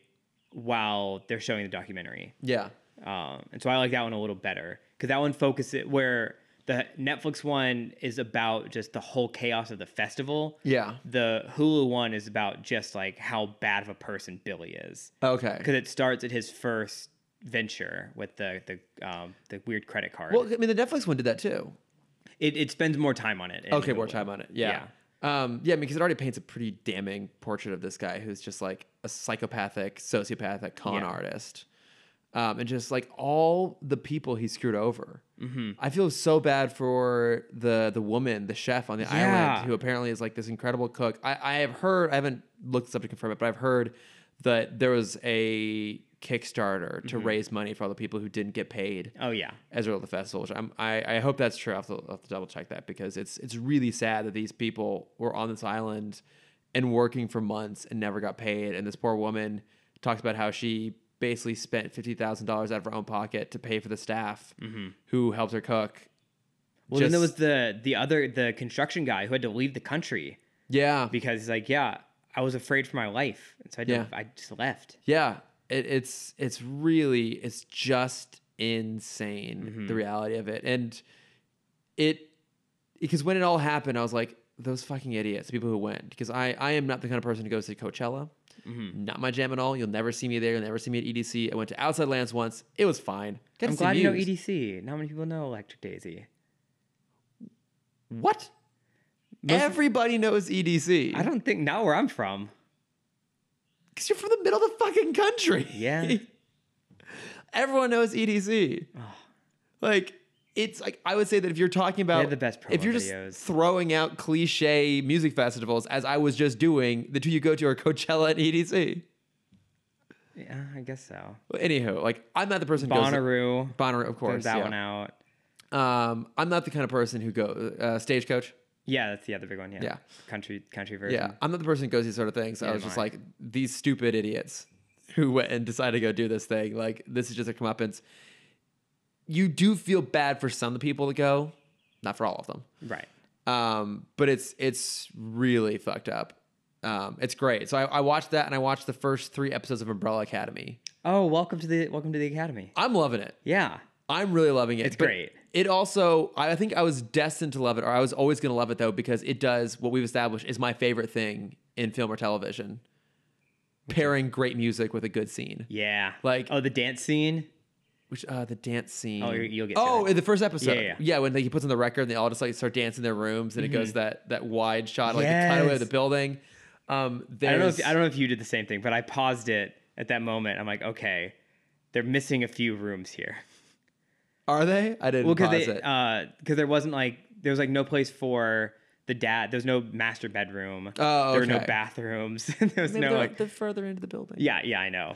while they're showing the documentary. Yeah. Um, and so I like that one a little better because that one focuses where the Netflix one is about just the whole chaos of the festival. Yeah. The Hulu one is about just like how bad of a person Billy is Okay. because it starts at his first venture with the the um, the weird credit card. Well, I mean the Netflix one did that too. It, it spends more time on it. in Okay, the more book. time on it. Yeah. Um, yeah, because it already paints a pretty damning portrait of this guy who's just like a psychopathic, sociopathic con Yeah. artist. Um, and just like all the people he screwed over. Mm-hmm. I feel so bad for the the woman, the chef on the Yeah. island, who apparently is like this incredible cook. I, I have heard, I haven't looked this up to confirm it, but I've heard that there was a Kickstarter to raise money for all the people who didn't get paid Oh yeah. as a result of the festival. Which I'm, I, I hope that's true. I have to, I'll have to double check that because it's it's really sad that these people were on this island and working for months and never got paid. And this poor woman talks about how she basically spent fifty thousand dollars out of her own pocket to pay for the staff who helped her cook. Well, then there was Just- the the other the construction guy who had to leave the country yeah because he's like, yeah, I was afraid for my life, and so I Yeah. don't- I just left. yeah it, it's it's really it's just insane Mm-hmm. the reality of it and it because when it all happened i was like those fucking idiots the people who went because i i am not the kind of person who goes to coachella Mm-hmm. not my jam at all you'll never see me there you'll never see me at edc i went to outside lands once it was fine Got to I'm see glad you know E Muse. EDC. Not many people know Electric Daisy. what Most- everybody knows E edc I don't think not where I'm from. because you're from the middle of the fucking country. Yeah. Everyone knows EDC. Like it's like I would say that if you're talking about the best if promo you're videos. just throwing out cliche music festivals as I was just doing, the two you go to are Coachella and E EDC. Yeah, I guess so. Well, anywho, like I'm not the person who goes Bonnaroo. to, Bonnaroo, of Turns course. that yeah. one out. Um, I'm not the kind of person who goes uh, stagecoach. Yeah, that's the other big one. Yeah. Yeah. Country country version. Yeah, I'm not the person who goes these sort of things. I Neither was am just I. like these stupid idiots who went and decided to go do this thing. Like this is just a comeuppance. You do feel bad for some of the people to go, not for all of them. Right. Um, but it's it's really fucked up. Um, it's great. So I, I watched that and I watched the first three episodes of Umbrella Academy. Oh, welcome to the welcome to the academy. I'm loving it. Yeah. I'm really loving it. It's But great. It also, I think I was destined to love it, or I was always going to love it though, because it does what we've established is my favorite thing in film or television pairing great music with a good scene. Yeah. Like- oh, the dance scene. Which, uh, the dance scene. Oh, you- you'll get to Oh, it. in the first episode. Yeah, yeah. when like, he puts on the record and they all just like start dancing in their rooms and it goes that, that wide shot, like Mm-hmm. Yes. the cutaway of the building. Um, I don't know there's, if I don't know if you did the same thing, but I paused it at that moment. I'm like, okay, they're missing a few rooms here. are they? I didn't Well, pause because they uh, it. because there wasn't like there was like no place for the dad. There was no master bedroom. Oh, There were no okay. bathrooms. there was Maybe no they're like. the further into the building. Yeah, yeah, I know.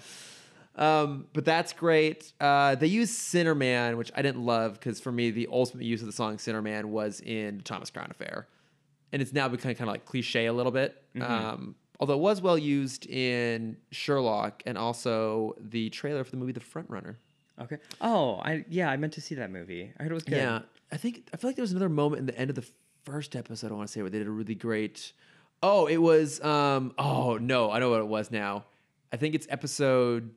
Um, but that's great. Uh, they used Sinner Man, which I didn't love because for me, the ultimate use of the song Sinner Man was in Thomas Crown Affair. And it's now become kind of like cliche a little bit. Um, although it was well used in Sherlock and also the trailer for the movie The Front Runner. Okay. Oh, I yeah, I meant to see that movie. I heard it was good. Yeah. I think, I feel like there was another moment in the end of the first episode, I want to say, where they did a really great. Oh, it was, um, oh no, I know what it was now. I think it's episode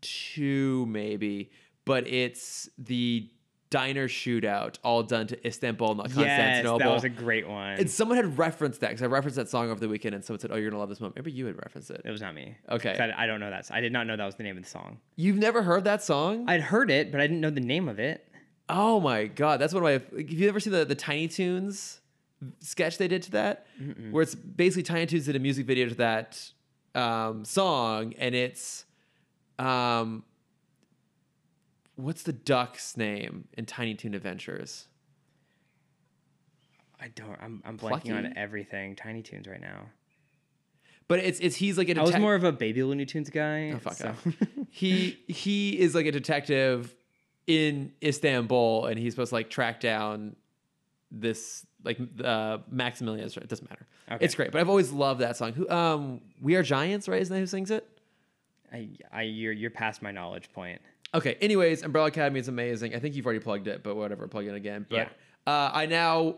two maybe, but it's the diner shootout all done to Istanbul, not Yes, Constantinople. that was a great one. and someone had referenced that because I referenced that song over the weekend, and someone said, "Oh, you're gonna love this moment." Maybe you had referenced it. It was not me. Okay. 'Cause I, I don't know that. I did not know that was the name of the song. You've never heard that song? I'd heard it, but I didn't know the name of it. oh my god, that's one of my. Have you ever seen the the Tiny Toons sketch they did to that, where it's basically Tiny Toons did a music video to that um, song, and it's um, what's the duck's name in Tiny Toon Adventures? I don't. I'm, I'm blanking Plucky? on everything. Tiny Toons right now. But it's it's he's like a I was detec- more of a Baby Looney Tunes guy. Oh, fuck so- off. he he is like a detective in Istanbul, and he's supposed to like track down this like uh, Maximilian. It doesn't matter. Okay. It's great, but I've always loved that song. Who um we are giants, right? Isn't that who sings it? I, I, you're, you're past my knowledge point. Okay. Anyways, Umbrella Academy is amazing. I think you've already plugged it, but whatever, plug it again. But uh, I now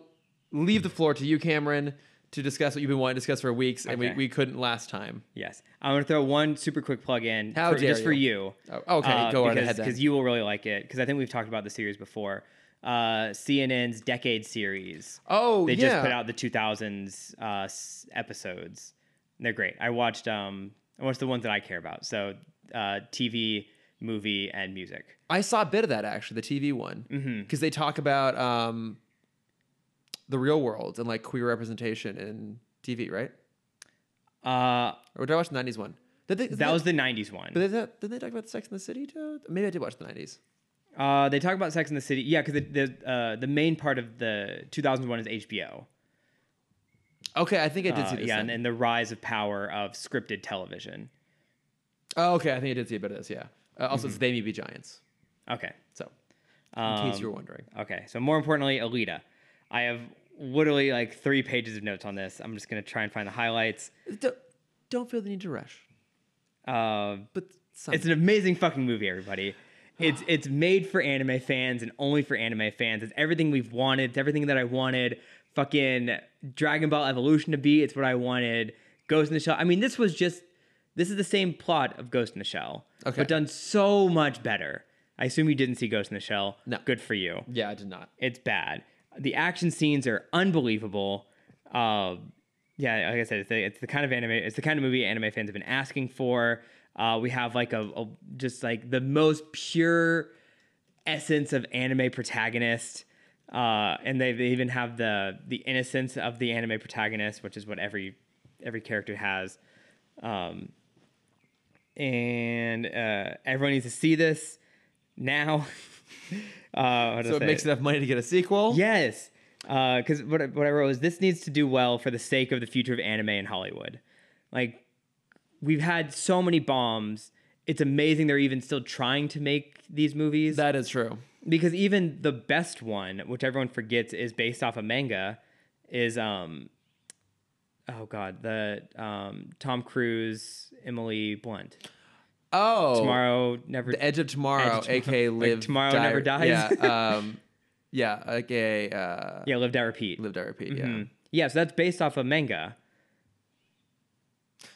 leave the floor to you, Cameron, to discuss what you've been wanting to discuss for weeks, and we, Okay. we couldn't last time. Yes, I'm gonna throw one super quick plug in. How for, dare just for you. uh, Oh, okay, go right ahead then. Because you will really like it. Because I think we've talked about the series before. Uh, CNN's Decade series. Oh, they yeah. just put out the 2000s uh, s- episodes. And they're great. I watched um, I watched the ones that I care about. So uh, TV, movie, and music. I saw a bit of that actually, the TV one, because they talk about um, the real world and like queer representation in TV, right? Uh, Or did I watch the '90s one? Did they, did that they- was the 90s one. Did they, did they talk about Sex in the City too? Maybe I did watch the '90s. Uh, they talk about Sex in the City. Yeah, because the the, uh, the main part of the 2001 is HBO. Okay, Ah, I think I did Uh, see this. yeah, then. and, and the rise of power of scripted television. Oh, okay. I think I did see a bit of this. Yeah. Uh, also, Mm-hmm. it's They May Be Giants. Okay. So, in Um, case you were wondering, Okay. So more importantly, Alita. I have literally like three pages of notes on this. I'm just gonna try and find the highlights. don't, don't feel the need to rush. Uh, But some, it's an amazing fucking movie, everybody. It's it's made for anime fans and only for anime fans. It's everything we've wanted. It's everything that I wanted. Fucking Dragon Ball Evolution to be. It's what I wanted. Ghost in the Shell. I mean, this was just this is the same plot of Ghost in the Shell, Okay. but done so much better. I assume you didn't see Ghost in the Shell. No. Good for you. yeah, I did not. It's bad. The action scenes are unbelievable. Um, yeah, like I said, it's the, it's the kind of anime, it's the kind of movie anime fans have been asking for. Uh, we have like a, a just like the most pure essence of anime protagonist, uh, and they, they even have the the innocence of the anime protagonist, which is what every every character has. Um, and uh, everyone needs to see this now. uh, So it makes enough money to get a sequel. Yes. Because what, I- what I wrote was this needs to do well for the sake of the future of anime in Hollywood. Like, we've had so many bombs. It's amazing they're even still trying to make these movies. that is true. because even the best one, which everyone forgets is based off a manga, is, um, oh God, the um, Tom Cruise, Emily Blunt. Oh, Tomorrow Never the Edge of Tomorrow, Tomorrow. aka Like, Live Tomorrow Die- Never Dies. Yeah, um, yeah, aka uh, Yeah, Live, Die, Repeat. Live Die Repeat. Yeah, Mhm. Yeah, so that's based off a manga.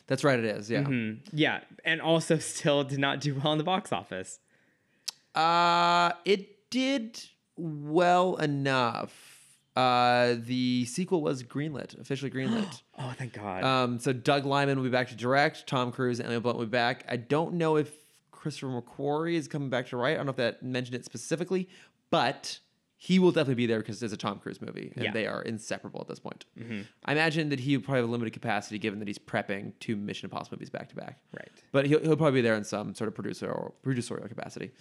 that's right. It is. Yeah. Mm, yeah, and also still did not do well in the box office. Uh, it did well enough. Uh, the sequel was greenlit, officially greenlit. Oh, thank God. um, so Doug Lyman will be back to direct. Tom Cruise and Emily Blunt will be back. I don't know if Christopher McQuarrie is coming back to write. I don't know if that mentioned it specifically, but he will definitely be there because it's a Tom Cruise movie, and Yeah. Mm-hmm. they are inseparable at this point. I imagine that he would probably have a limited capacity given that he's prepping two Mission Impossible movies back to back. Right. But he'll, he'll probably be there in some sort of producer or producerial capacity.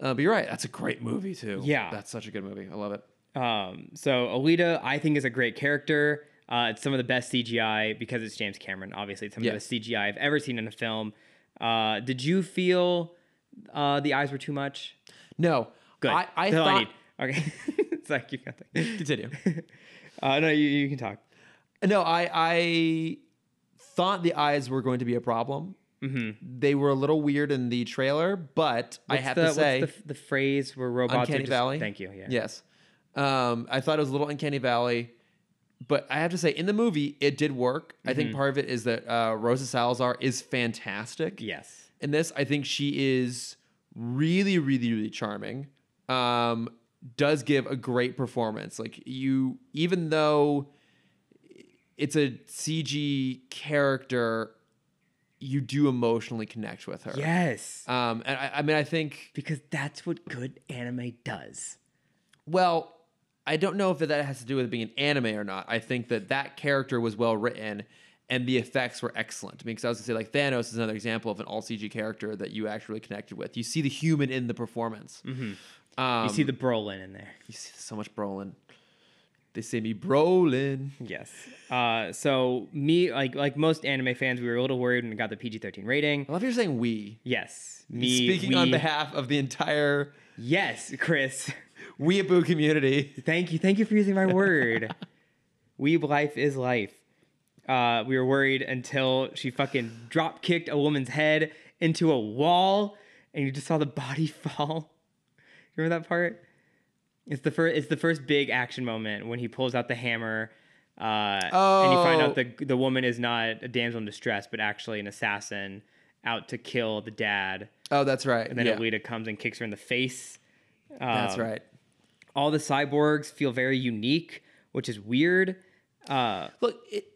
Uh, but you're right. That's a great movie, too. Mm-hmm. Yeah. That's such a good movie. I love it. um, so Alita, I think, is a great character. Uh, it's some of the best CGI because it's James Cameron. Obviously, it's some Yes. of the best CGI I've ever seen in a film. Uh, did you feel uh, the eyes were too much? No. Good. I, I That's all thought. I need. Okay, it's like you got that. Continue. Uh, no, you, you can talk. No, I I thought the eyes were going to be a problem. They were a little weird in the trailer, but I Mm-hmm. What's have the, to say, what's the, the phrase where robots are uncanny just- valley. Thank you. Yeah. Yes, um, I thought it was a little uncanny valley, but I have to say, in the movie, it did work. I Mm-hmm. think part of it is that uh, Rosa Salazar is fantastic Yes. in this. I think she is really, really, really charming. Um, does give a great performance. Like you, even though it's a CG character, you do emotionally connect with her. Yes. Um, and I, I mean, I think. because that's what good anime does. Well, I don't know if that has to do with it being an anime or not. I think that that character was well written. And the effects were excellent. I mean, because I was gonna say, like Thanos is another example of an all CG character that you actually connected with. You see the human in the performance. Um, Mm-hmm. You see the Brolin in there. You see so much Brolin. They say me Brolin. Yes. Uh, so me, like like most anime fans, we were a little worried when we got the PG thirteen rating. I love you're saying we. Yes, me. Speaking we- on behalf of the entire Yes, Chris. Weeaboo community. Thank you. Thank you for using my word. Weeb life is life. Uh, we were worried until she fucking drop kicked a woman's head into a wall, and you just saw the body fall. Remember that part? It's the first. It's the first big action moment when he pulls out the hammer, uh, and you find Oh. out the the woman is not a damsel in distress, but actually an assassin out to kill the dad. Oh, that's right. And then yeah, Alita comes and kicks her in the face. that's Um, right. All the cyborgs feel very unique, which is weird. Uh, Look, it,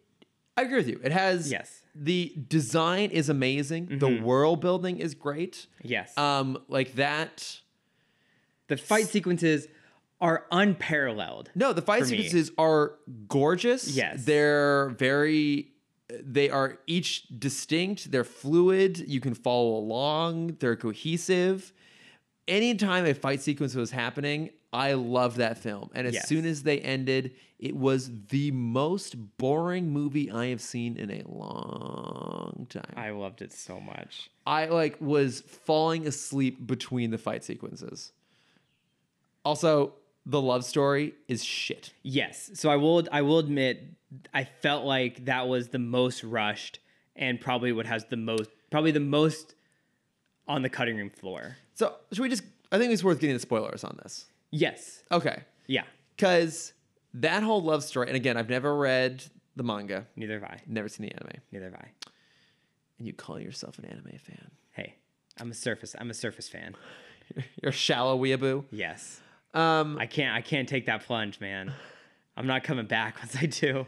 I agree with you. It has Yes. Mm-hmm. The design is amazing. The world building is great. yes, Um, like that. the fight sequences are unparalleled. No, the fight For me. sequences are gorgeous. Yes. They're very they are each distinct, they're fluid, you can follow along, they're cohesive. Anytime a fight sequence was happening, I loved that film. And as Yes. soon as they ended, it was the most boring movie I have seen in a long time. I loved it so much. I like was falling asleep between the fight sequences. Also, the love story is shit. Yes. So I will I will admit I felt like that was the most rushed and probably what has the most probably the most on the cutting room floor. So, should we just I think it's worth getting the spoilers on this. Yes. Okay. Yeah. Cuz that whole love story and again, I've never read the manga, Neither have I. never seen the anime. Neither have I. And you call yourself an anime fan. Hey, I'm a surface I'm a surface fan. You're a shallow weeaboo. Yes. Um, I can't I can't take that plunge, man. I'm not coming back once I do.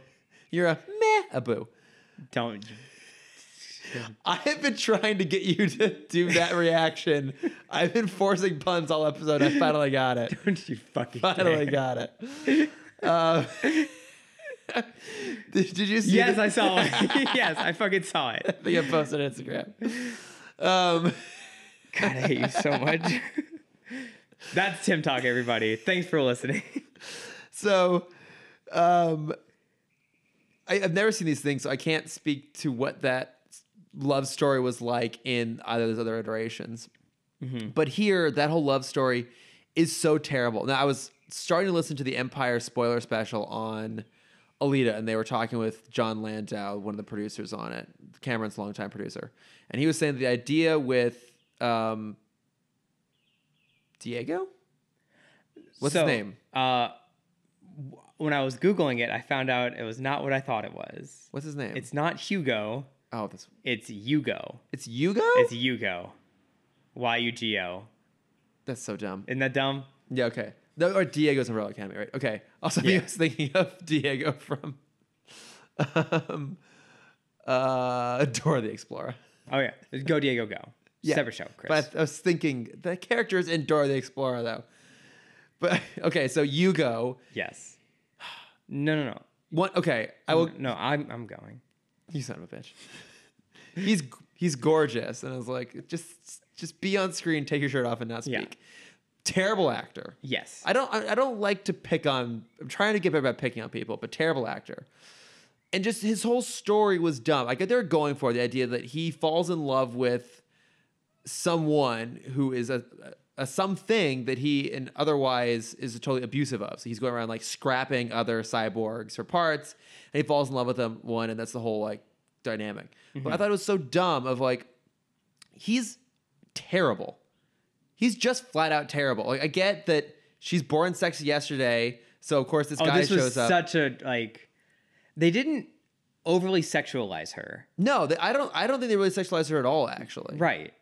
you're a meh aboo. Don't I have been trying to get you to do that reaction. I've been forcing puns all episode. I finally got it. don't you fucking Finally dare. got it. Um, did, did you see? Yes, the- I saw it. yes, I fucking saw it. I think I posted on Instagram. Um, God, I hate you so much. That's Tim Talk, everybody. Thanks for listening. so, um, I, I've never seen these things, so I can't speak to what that love story was like in either of those other iterations. But here, that whole love story is so terrible. Now, I was starting to listen to the Empire spoiler special on Alita, and they were talking with John Landau, one of the producers on it, Cameron's longtime producer. And he was saying the idea with um, Diego? What's his So, name? Uh, w- when I was Googling it, I found out it was not what I thought it was. What's his name? It's not Hugo, oh, that's, it's Yugo. it's Yugo? It's Yugo. Y U G O. that's so dumb. Isn't that dumb? Yeah, okay. No, or Diego's Umbrella Academy, right? Okay. Also, Yeah. I was thinking of Diego from um, uh, Dora the Explorer. Oh, yeah. It's Go Diego Go. Yeah. Separate show, Chris. But I was thinking the characters in Dora the Explorer, though. But okay, so Yugo. yes. No, no, no. One, okay, I will. No, I'm, I'm going. You son of a bitch. He's he's gorgeous, and I was like, just just be on screen, take your shirt off, and not speak. Yeah. Terrible actor. Yes. I don't I I don't like to pick on I'm trying to get better about picking on people, but terrible actor. And just his whole story was dumb. Like they're going for the idea that he falls in love with someone who is a, a something that he and otherwise is totally abusive of. So he's going around like scrapping other cyborgs for parts, and he falls in love with them one, and that's the whole like dynamic. But I thought it was so dumb of like he's terrible. He's just flat out terrible. Like I get that she's born sexy yesterday, so of course this oh, guy this shows was up. such a, like, they didn't overly sexualize her. no, they, I don't. I don't think they really sexualized her at all. Actually, Right.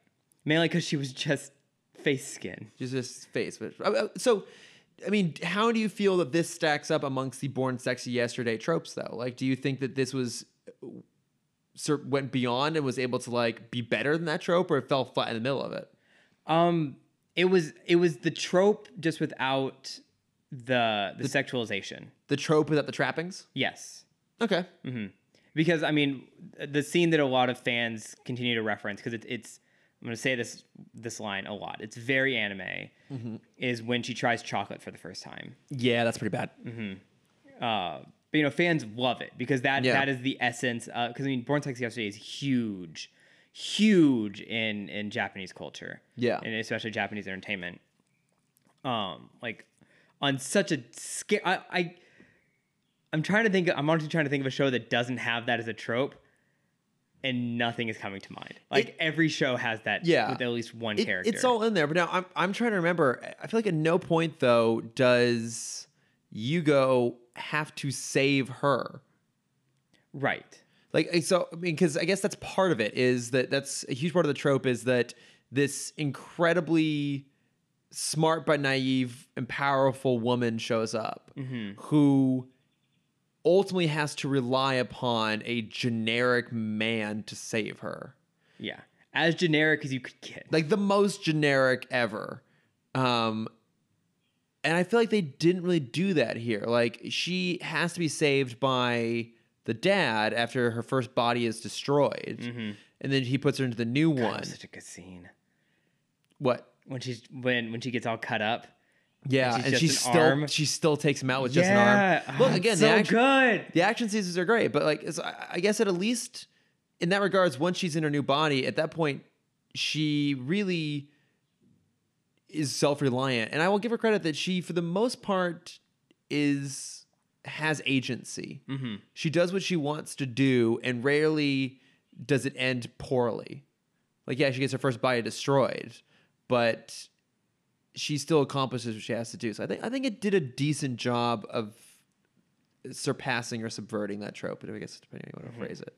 Mainly because she was just face skin. just his face. But uh, uh, so, I mean, how do you feel that this stacks up amongst the born sexy yesterday tropes, though? Like, do you think that this was uh, sort went beyond and was able to like be better than that trope, or it fell flat in the middle of it? Um, it was it was the trope just without the the, sexualization. The trope without the trappings. Yes. Okay, Because I mean, the scene that a lot of fans continue to reference because it, it's I'm gonna say this this line a lot. It's very anime. Mm-hmm. Is when she tries chocolate for the first time. yeah, that's pretty bad. Uh, but you know, fans love it because that Yeah. that is the essence. Because I mean, Born Sexy Yesterday is huge, huge in in Japanese culture. Yeah. and especially Japanese entertainment. Um, like on such a scale, I, I I'm trying to think. I'm honestly trying to think of a show that doesn't have that as a trope, and nothing is coming to mind. Like every show has that. Yeah. with at least one It- character. It's all in there. But now I'm, I'm trying to remember. I feel like at no point though does Yugo have to save her. right. Like I- so, I mean, because I guess that's part of it is that that's a huge part of the trope is that this incredibly smart but naive and powerful woman shows up who ultimately has to rely upon a generic man to save her Yeah, as generic as you could get. like the most generic ever. Um and I feel like they didn't really do that here. Like she has to be saved by the dad after her first body is destroyed. Mm-hmm. And then he puts her into the new God, it one. was such a good scene. What? when she's when when she gets all cut up Yeah, and just she an still arm. she still takes him out with just an yeah. arm. Oh, Look it's again, so the action, good. the action sequences are great, but like it's, I I guess at least in that regards, once she's in her new body, at that point she really is self reliant, and I will give her credit that she, for the most part, is has agency. She does what she wants to do, and rarely does it end poorly. Like yeah, she gets her first body destroyed, but she still accomplishes what she has to do. So I think I think it did a decent job of surpassing or subverting that trope. I guess depending on how you want Mm-hmm. to phrase it.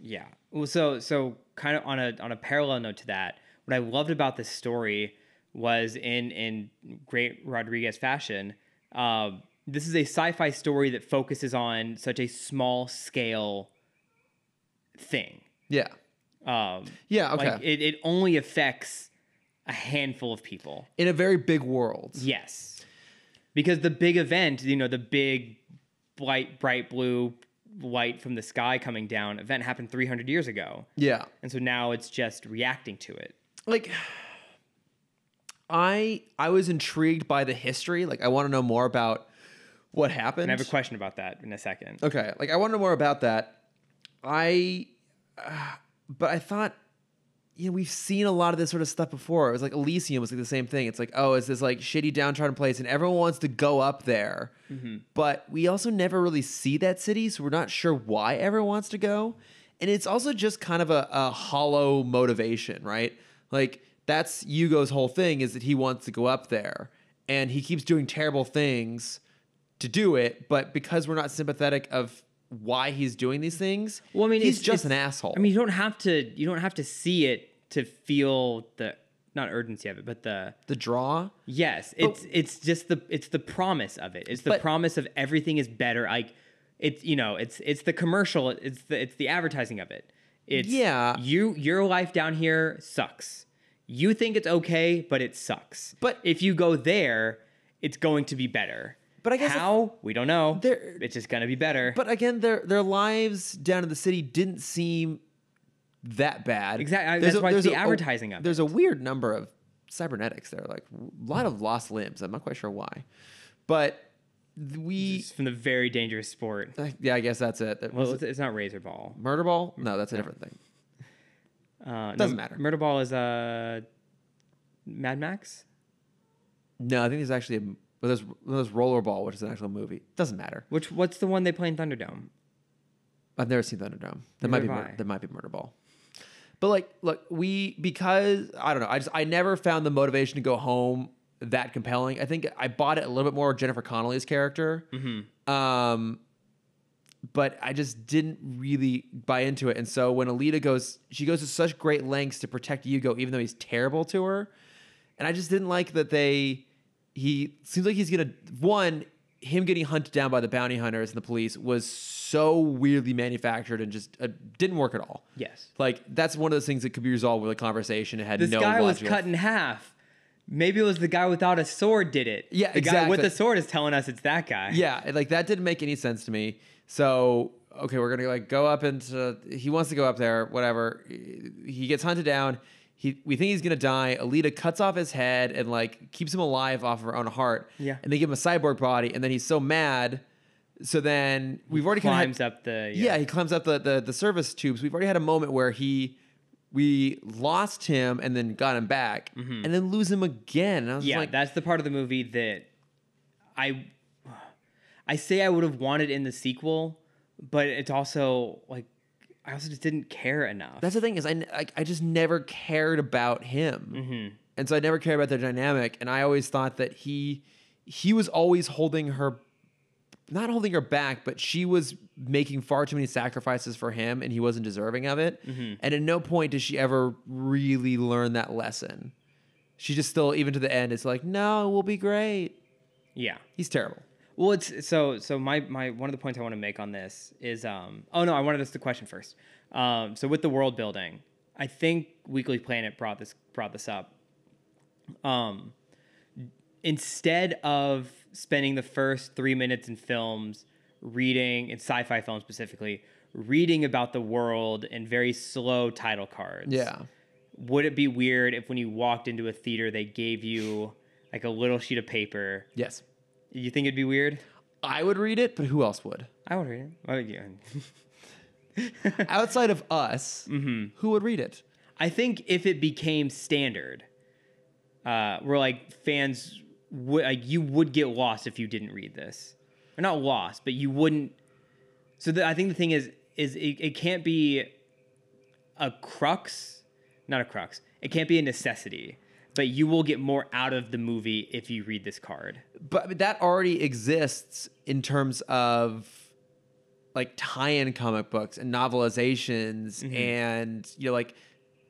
Yeah. Well, so so kind of on a on a parallel note to that, what I loved about this story was in in great Rodriguez fashion. Um, this is a sci-fi story that focuses on such a small scale thing. Yeah, Um, yeah, okay. Like it, it only affects a handful of people. in a very big world. Yes. Because the big event, you know, the big bright, bright blue light from the sky coming down event happened 300 years ago. Yeah, And so now it's just reacting to it. like I I was intrigued by the history. Like I want to know more about what happened. And I have a question about that in a second. Okay, like I want to know more about that. I, uh, but I thought, you know, we've seen a lot of this sort of stuff before. It was like Elysium was like the same thing. It's like, oh, it's this like shitty downtrodden place, and everyone wants to go up there, Mm-hmm. but we also never really see that city, so we're not sure why everyone wants to go. And it's also just kind of a, a hollow motivation, right? Like that's Hugo's whole thing is that he wants to go up there, and he keeps doing terrible things to do it, but because we're not sympathetic of why he's doing these things, Well, I mean, he's it's- just an it's- asshole. I mean, you don't have to you don't have to see it to feel the not urgency of it, but the the draw. Yes, it's it's just the it's the promise of it. It's the But- promise of everything is better. Like it's you know it's it's the commercial. It's the it's the advertising of it. It's Yeah. You your life down here sucks. You think it's okay, but it sucks. But- if you go there, it's going to be better. But I guess if- how we don't know. There- It's just gonna be better. But again, their their lives down in the city didn't seem that bad. Exact- I- There's that's why it's there's the advertising of There's a weird number of cybernetics there, like a lot of lost limbs. I'm not quite sure why, but th- we. It's from the very dangerous sport. Yeah, I guess that's it. That Well, was it it's, it's not razor ball. murder ball? No, that's a different thing. Uh, no, Doesn't matter. Murder ball is uh, Mad Max. No, I think there's actually a well, there's, there's rollerball, which is an actual movie. Doesn't matter. Which what's the one they play in Thunderdome? I've never seen Thunderdome. That might be Neither have mur- I. that might be Murder Ball. But like, look, we because I don't know. I just I never found the motivation to go home that compelling. I think I bought it a little bit more Jennifer Connelly's character. Mm-hmm. Um, but I just didn't really buy into it. And so when Alita goes, she goes to such great lengths to protect Hugo, even though he's terrible to her. And I just didn't like that they. He seems like he's gonna one him getting hunted down by the bounty hunters and the police was so weirdly manufactured and just uh, didn't work at all. Yes. Like that's one of those things that could be resolved with a conversation. It had This no guy was logical- cut in half. Maybe it was the guy without a sword did it. Yeah, the guy with exactly. the sword is telling us it's that guy. yeah and, like that didn't make any sense to me so okay we're gonna like go up into he wants to go up there whatever he gets hunted down he we think he's gonna die alita cuts off his head and like keeps him alive off of her own heart Yeah. and they give him a cyborg body and then he's so mad so then we've already kinda had- climbs up the yeah. he climbs up the, the the service tubes. We've already had a moment where he we lost him and then got him back and then lose him again. And I was Mm-hmm. Yeah, like, that's the part of the movie that I I say I would have wanted in the sequel, but it's also like I also just didn't care enough. That's the thing is I n- like, I just never cared about him, and so I never cared about their dynamic. And I always thought that he he was always holding her, not holding her back, but she was making far too many sacrifices for him, and he wasn't deserving of it. And at no point does she ever really learn that lesson. She just still, even to the end, is like, "No, we'll be great." yeah. He's terrible. Well, it's so so. My my one of the points I want to make on this is um. Oh no, I wanted us to question first. Um. So with the world building, I think Weekly Planet brought this brought this up. Um. Instead of spending the first three minutes in films reading in sci-fi films specifically reading about the world in very slow title cards Yeah, would it be weird if when you walked into a theater they gave you like a little sheet of paper. Yes. You think it'd be weird? I would read it, but who else would? I would read it. I would- yeah. Outside of us, who would read it? I think if it became standard, uh, where like fans would like you would get lost if you didn't read this, or not lost, but you wouldn't. So the, I think the thing is, is it, it can't be a crux, not a crux. It can't be a necessity, but you will get more out of the movie if you read this card. But that already exists in terms of like tie-in comic books and novelizations and you know like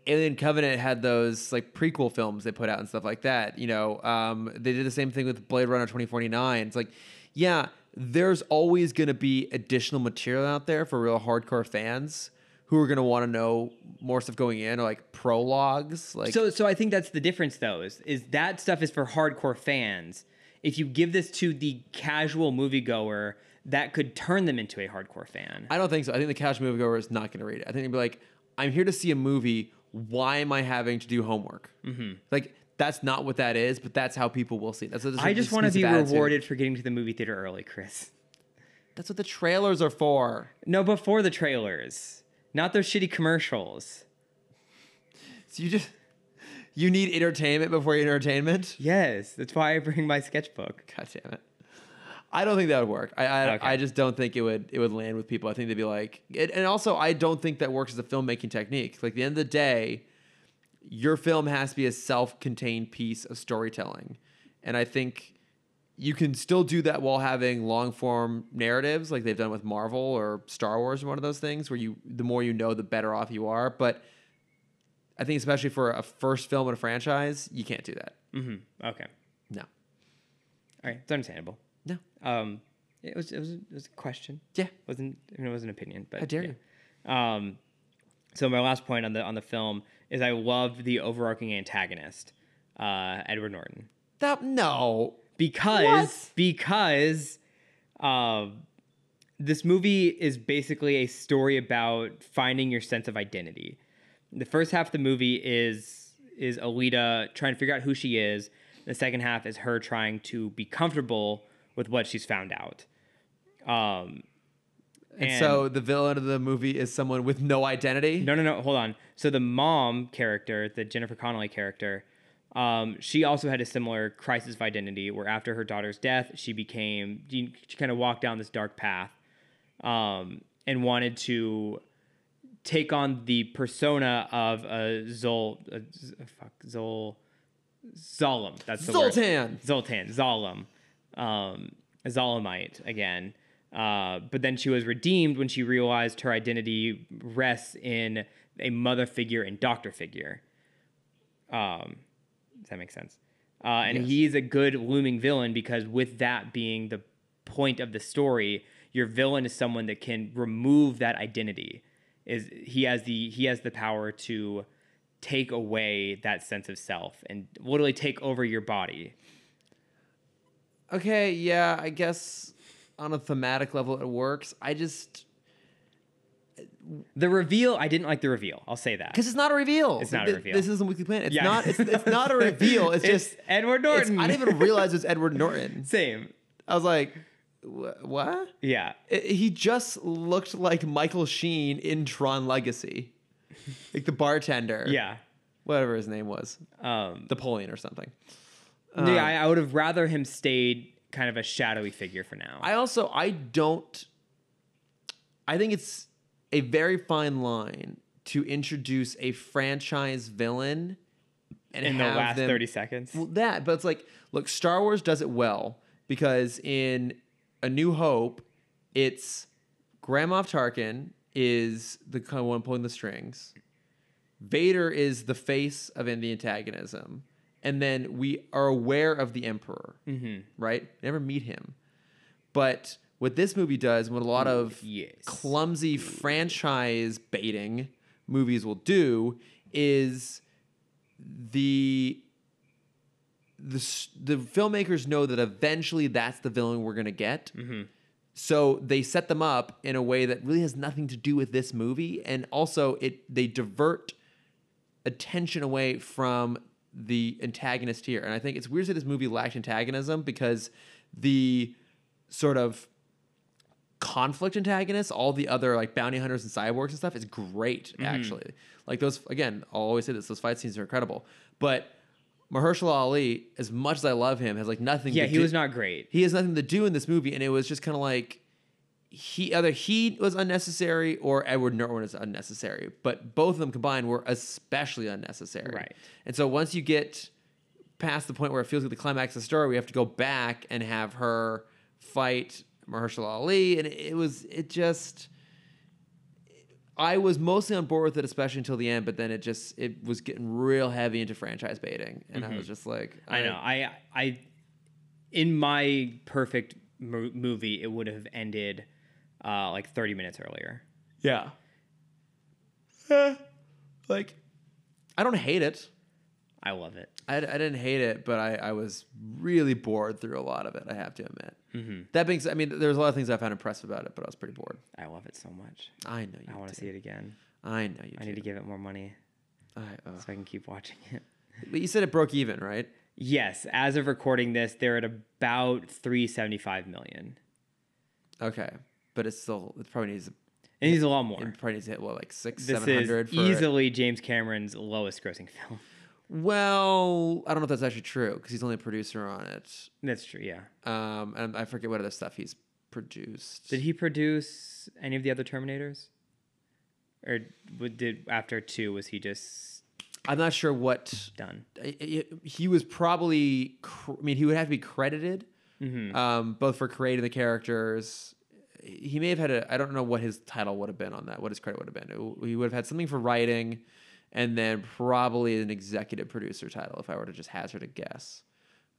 Alien Covenant had those like prequel films they put out and stuff like that. You know, um, they did the same thing with Blade Runner 2049. It's like, yeah, there's always going to be additional material out there for real hardcore fans who are going to want to know more stuff going in or like prologues. Like, so so I think that's the difference though is is that stuff is for hardcore fans. If you give this to the casual moviegoer, that could turn them into a hardcore fan. I don't think so. I think the cash moviegoer is not going to read it. I think they'd be like, I'm here to see a movie. Why am I having to do homework? Mm-hmm. Like, that's not what that is, but that's how people will see it. That's what I just want to be rewarded for getting to the movie theater early, Chris. That's what the trailers are for. No, before the trailers, not those shitty commercials. So you just, you need entertainment before your entertainment? Yes, that's why I bring my sketchbook. God damn it. I don't think that would work. I I, Okay. I just don't think it would it would land with people. I think they'd be like, it, and also I don't think that works as a filmmaking technique. Like at the end of the day, your film has to be a self-contained piece of storytelling, and I think you can still do that while having long-form narratives, like they've done with Marvel or Star Wars, or one of those things where you the more you know, the better off you are. But I think especially for a first film in a franchise, you can't do that. hmm Okay, No, all right, it's understandable. no, Um, it was it was, it was a question. yeah. wasn't I mean, it was an opinion, but How dare you. Um, so my last point on the on the film is I loved the overarching antagonist, uh, Edward Norton, That no. because What? because um, this movie is basically a story about finding your sense of identity. The first half of the movie is is Alita trying to figure out who she is. The second half is her trying to be comfortable with what she's found out. Um, And, so the villain of the movie is someone with no identity. No, no, no. Hold on. So the mom character, the Jennifer Connelly character, um, she also had a similar crisis of identity where after her daughter's death, she became she, she kind of walked down this dark path, um, and wanted to take on the persona of a Zol, a, Z- fuck Zol, Zolom. That's the word. Zoltan. Zoltan, Zolom, um, a Zolomite again. Uh, but then she was redeemed when she realized her identity rests in a mother figure and doctor figure. Um, does that make sense? Uh, and Yes. he's a good looming villain because with that being the point of the story, your villain is someone that can remove that identity. Is he has the he has the power to take away that sense of self and literally take over your body. Okay, yeah, I guess on a thematic level it works. I just The reveal, I didn't like the reveal. I'll say that. because it's not a reveal. It's not a Th- reveal. This isn't Weekly Planet. It's Yeah. not. It's, it's not a reveal. It's, just Edward it's- Norton. I didn't even realize it's Edward Norton. Same. I was like, "Wha- what? Yeah. I- he just looked like Michael Sheen in Tron Legacy, like the bartender. Yeah. whatever his name was, Um, Napoleon or something. Uh, yeah, I, I would have rather him stayed kind of a shadowy figure for now. I also I don't I think it's a very fine line to introduce a franchise villain and in the have last them- 30 seconds. Well, that, but it's like, look, Star Wars does it well because in A New Hope, it's Grand Moff Tarkin is the kind of one pulling the strings. Vader is the face of the antagonism, and then we are aware of the Emperor, mm-hmm. right? Never meet him, but what this movie does, what a lot of yes. clumsy franchise baiting movies will do, is the the s- the filmmakers know that eventually that's the villain we're gonna get. So they set them up in a way that really has nothing to do with this movie, and also it they divert attention away from the antagonist here. And I think it's weird to say this movie lacked antagonism because the sort of conflict antagonists, all the other like bounty hunters and cyborgs and stuff, is great Mm-hmm. actually. Like those again, I'll always say this: those fight scenes are incredible. But Mahershala Ali, as much as I love him, has like nothing. Yeah, to he do- was not great. He has nothing to do in this movie, and it was just kind of like he either he was unnecessary or Edward Norton is unnecessary. But both of them combined were especially unnecessary. Right. And so once you get past the point where it feels like the climax of the story, we have to go back and have her fight Mahershala Ali, and it was it just. I was mostly on board with it, especially until the end. But then it just it was getting real heavy into franchise baiting, and I was just like, Mm-hmm. I know. I I in my perfect mo- movie, it would have ended uh, like 30 minutes earlier. Yeah. Eh, like, I don't hate it. I love it. I, I didn't hate it, but I, I was really bored through a lot of it. I have to admit. Mm-hmm. That being said, I mean, there's a lot of things I found impressive about it, but I was pretty bored. I love it so much. I know you. I want to do. see it again. I know you. I do. need to give it more money I, uh, so I can keep watching it. but you said it broke even, right? Yes, as of recording this, they're at about 375 million. Okay, but it's still it probably needs it It needs a lot more. probably needs to hit what like six This seven hundred is for it. easily James Cameron's lowest grossing film. Well, I don't know if that's actually true because he's only a producer on it, That's true, yeah. um, and I forget what other stuff he's produced. Did he produce any of the other Terminators? Or w- did after 2 was he just I'm not sure what done? I- I- he was probably cr- i mean he would have to be credited um, both for creating the characters he may have had a i don't know what his title would have been on that what his credit would have been It w- he would have had something for writing and then probably an executive producer title if i were to just hazard a guess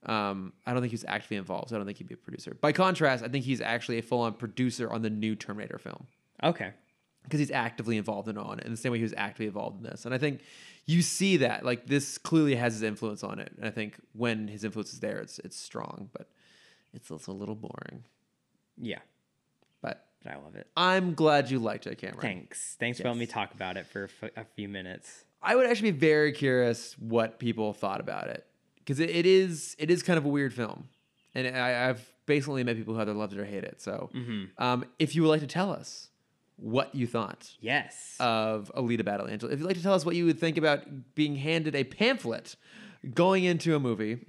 um, i don't think he's actively involved so i don't think he'd be a producer by contrast i think he's actually a full-on producer on the new terminator film Okay. because he's actively involved in on it in the same way he was actively involved in this and i think you see that like this clearly has his influence on it and i think when his influence is there it's it's strong but it's also a little boring Yeah, but but I love it. i'm glad you liked it cameron Thanks. Thanks for letting me Yes. talk about it for a f- a few minutes. i would actually be very curious what people thought about it because it, it is it is kind of a weird film and I, i've basically met people who either loved it or hate it so um, if you would like to tell us what you thought Yes. of Alita Battle Angel. If you'd like to tell us what you would think about being handed a pamphlet going into a movie,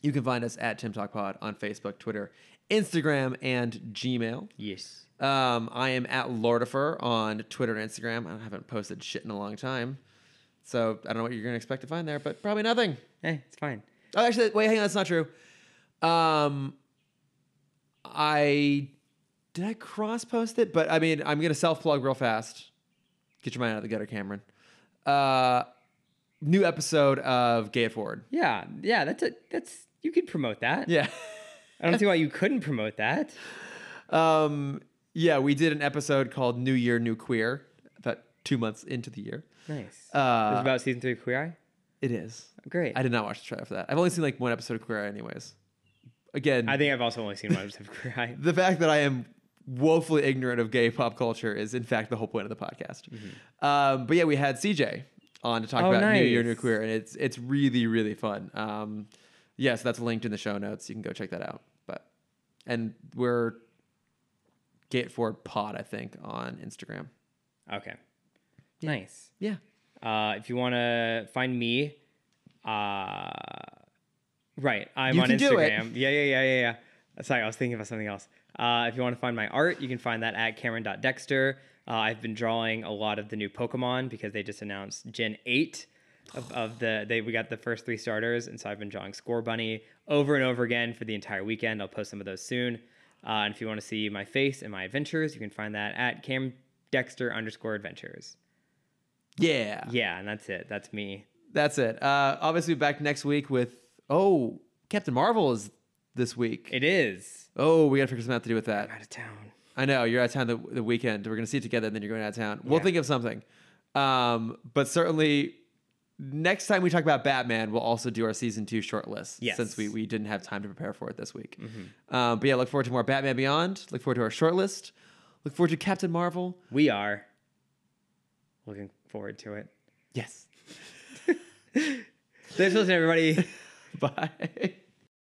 you can find us at Tim Talk Pod on Facebook, Twitter, Instagram, and Gmail. yes. Um, I am at Lordifer on Twitter and Instagram. I haven't posted shit in a long time. So I don't know what you're going to expect to find there, but probably nothing. Hey, Eh, it's fine. Oh, actually, wait, hang on. That's not true. Um, I did I cross post it, but I mean, I'm gonna self plug real fast. Get your mind out of the gutter, Cameron. Uh, new episode of Gay It Forward. Yeah, yeah, that's a that's you could promote that. Yeah. I don't see why you couldn't promote that. Um, yeah, we did an episode called New Year, New Queer. About two months into the year. Nice. this is Uh, about season three of Queer Eye. it is. Great. I I, did not watch the trailer for that. I've only seen like one episode of Queer Eye, anyways. Again, think I've also only seen one episode of Queer Eye. the fact that I am woefully ignorant of gay pop culture is, in fact, the whole point of the podcast. Um, but yeah, we had CJ on to talk Mm-hmm. Oh, about New Year, New nice. Queer, and it's it's really really fun. Um, yeah, so that's linked in the show notes. You can go check that out. But and we're Gay It Forward Pod, I think, on Instagram. Okay. Nice. Yeah, Uh, if you want to find me, uh, right, I'm You on can do it. Instagram. Yeah, yeah, yeah, yeah, yeah. Sorry, I was thinking about something else. Uh, if you want to find my art, you can find that at Cameron.Dexter. Uh, I've been drawing a lot of the new Pokemon because they just announced Gen 8 of, of the they we got the first three starters, and so I've been drawing Score Bunny over and over again for the entire weekend. I'll post some of those soon. Uh, and if you want to see my face and my adventures, you can find that at Cam Dexter underscore adventures. yeah, Yeah, and that's it. That's me. that's it. Uh, obviously, back next week with oh Captain Marvel is this week. It is. oh, we gotta figure something out to do with that. Out of town. I know you're out of town the, the weekend. We're gonna see it together, and then you're going out of town. We'll Yeah. think of something. Um, but certainly, next time we talk about Batman, we'll also do our season two short list. Yes. Mm-hmm. Since we we didn't have time to prepare for it this week. Um, but yeah, look forward to more Batman Beyond. Look forward to our short list. Look forward to Captain Marvel. We are looking forward to it. Yes. Thanks for listening, everybody. Bye.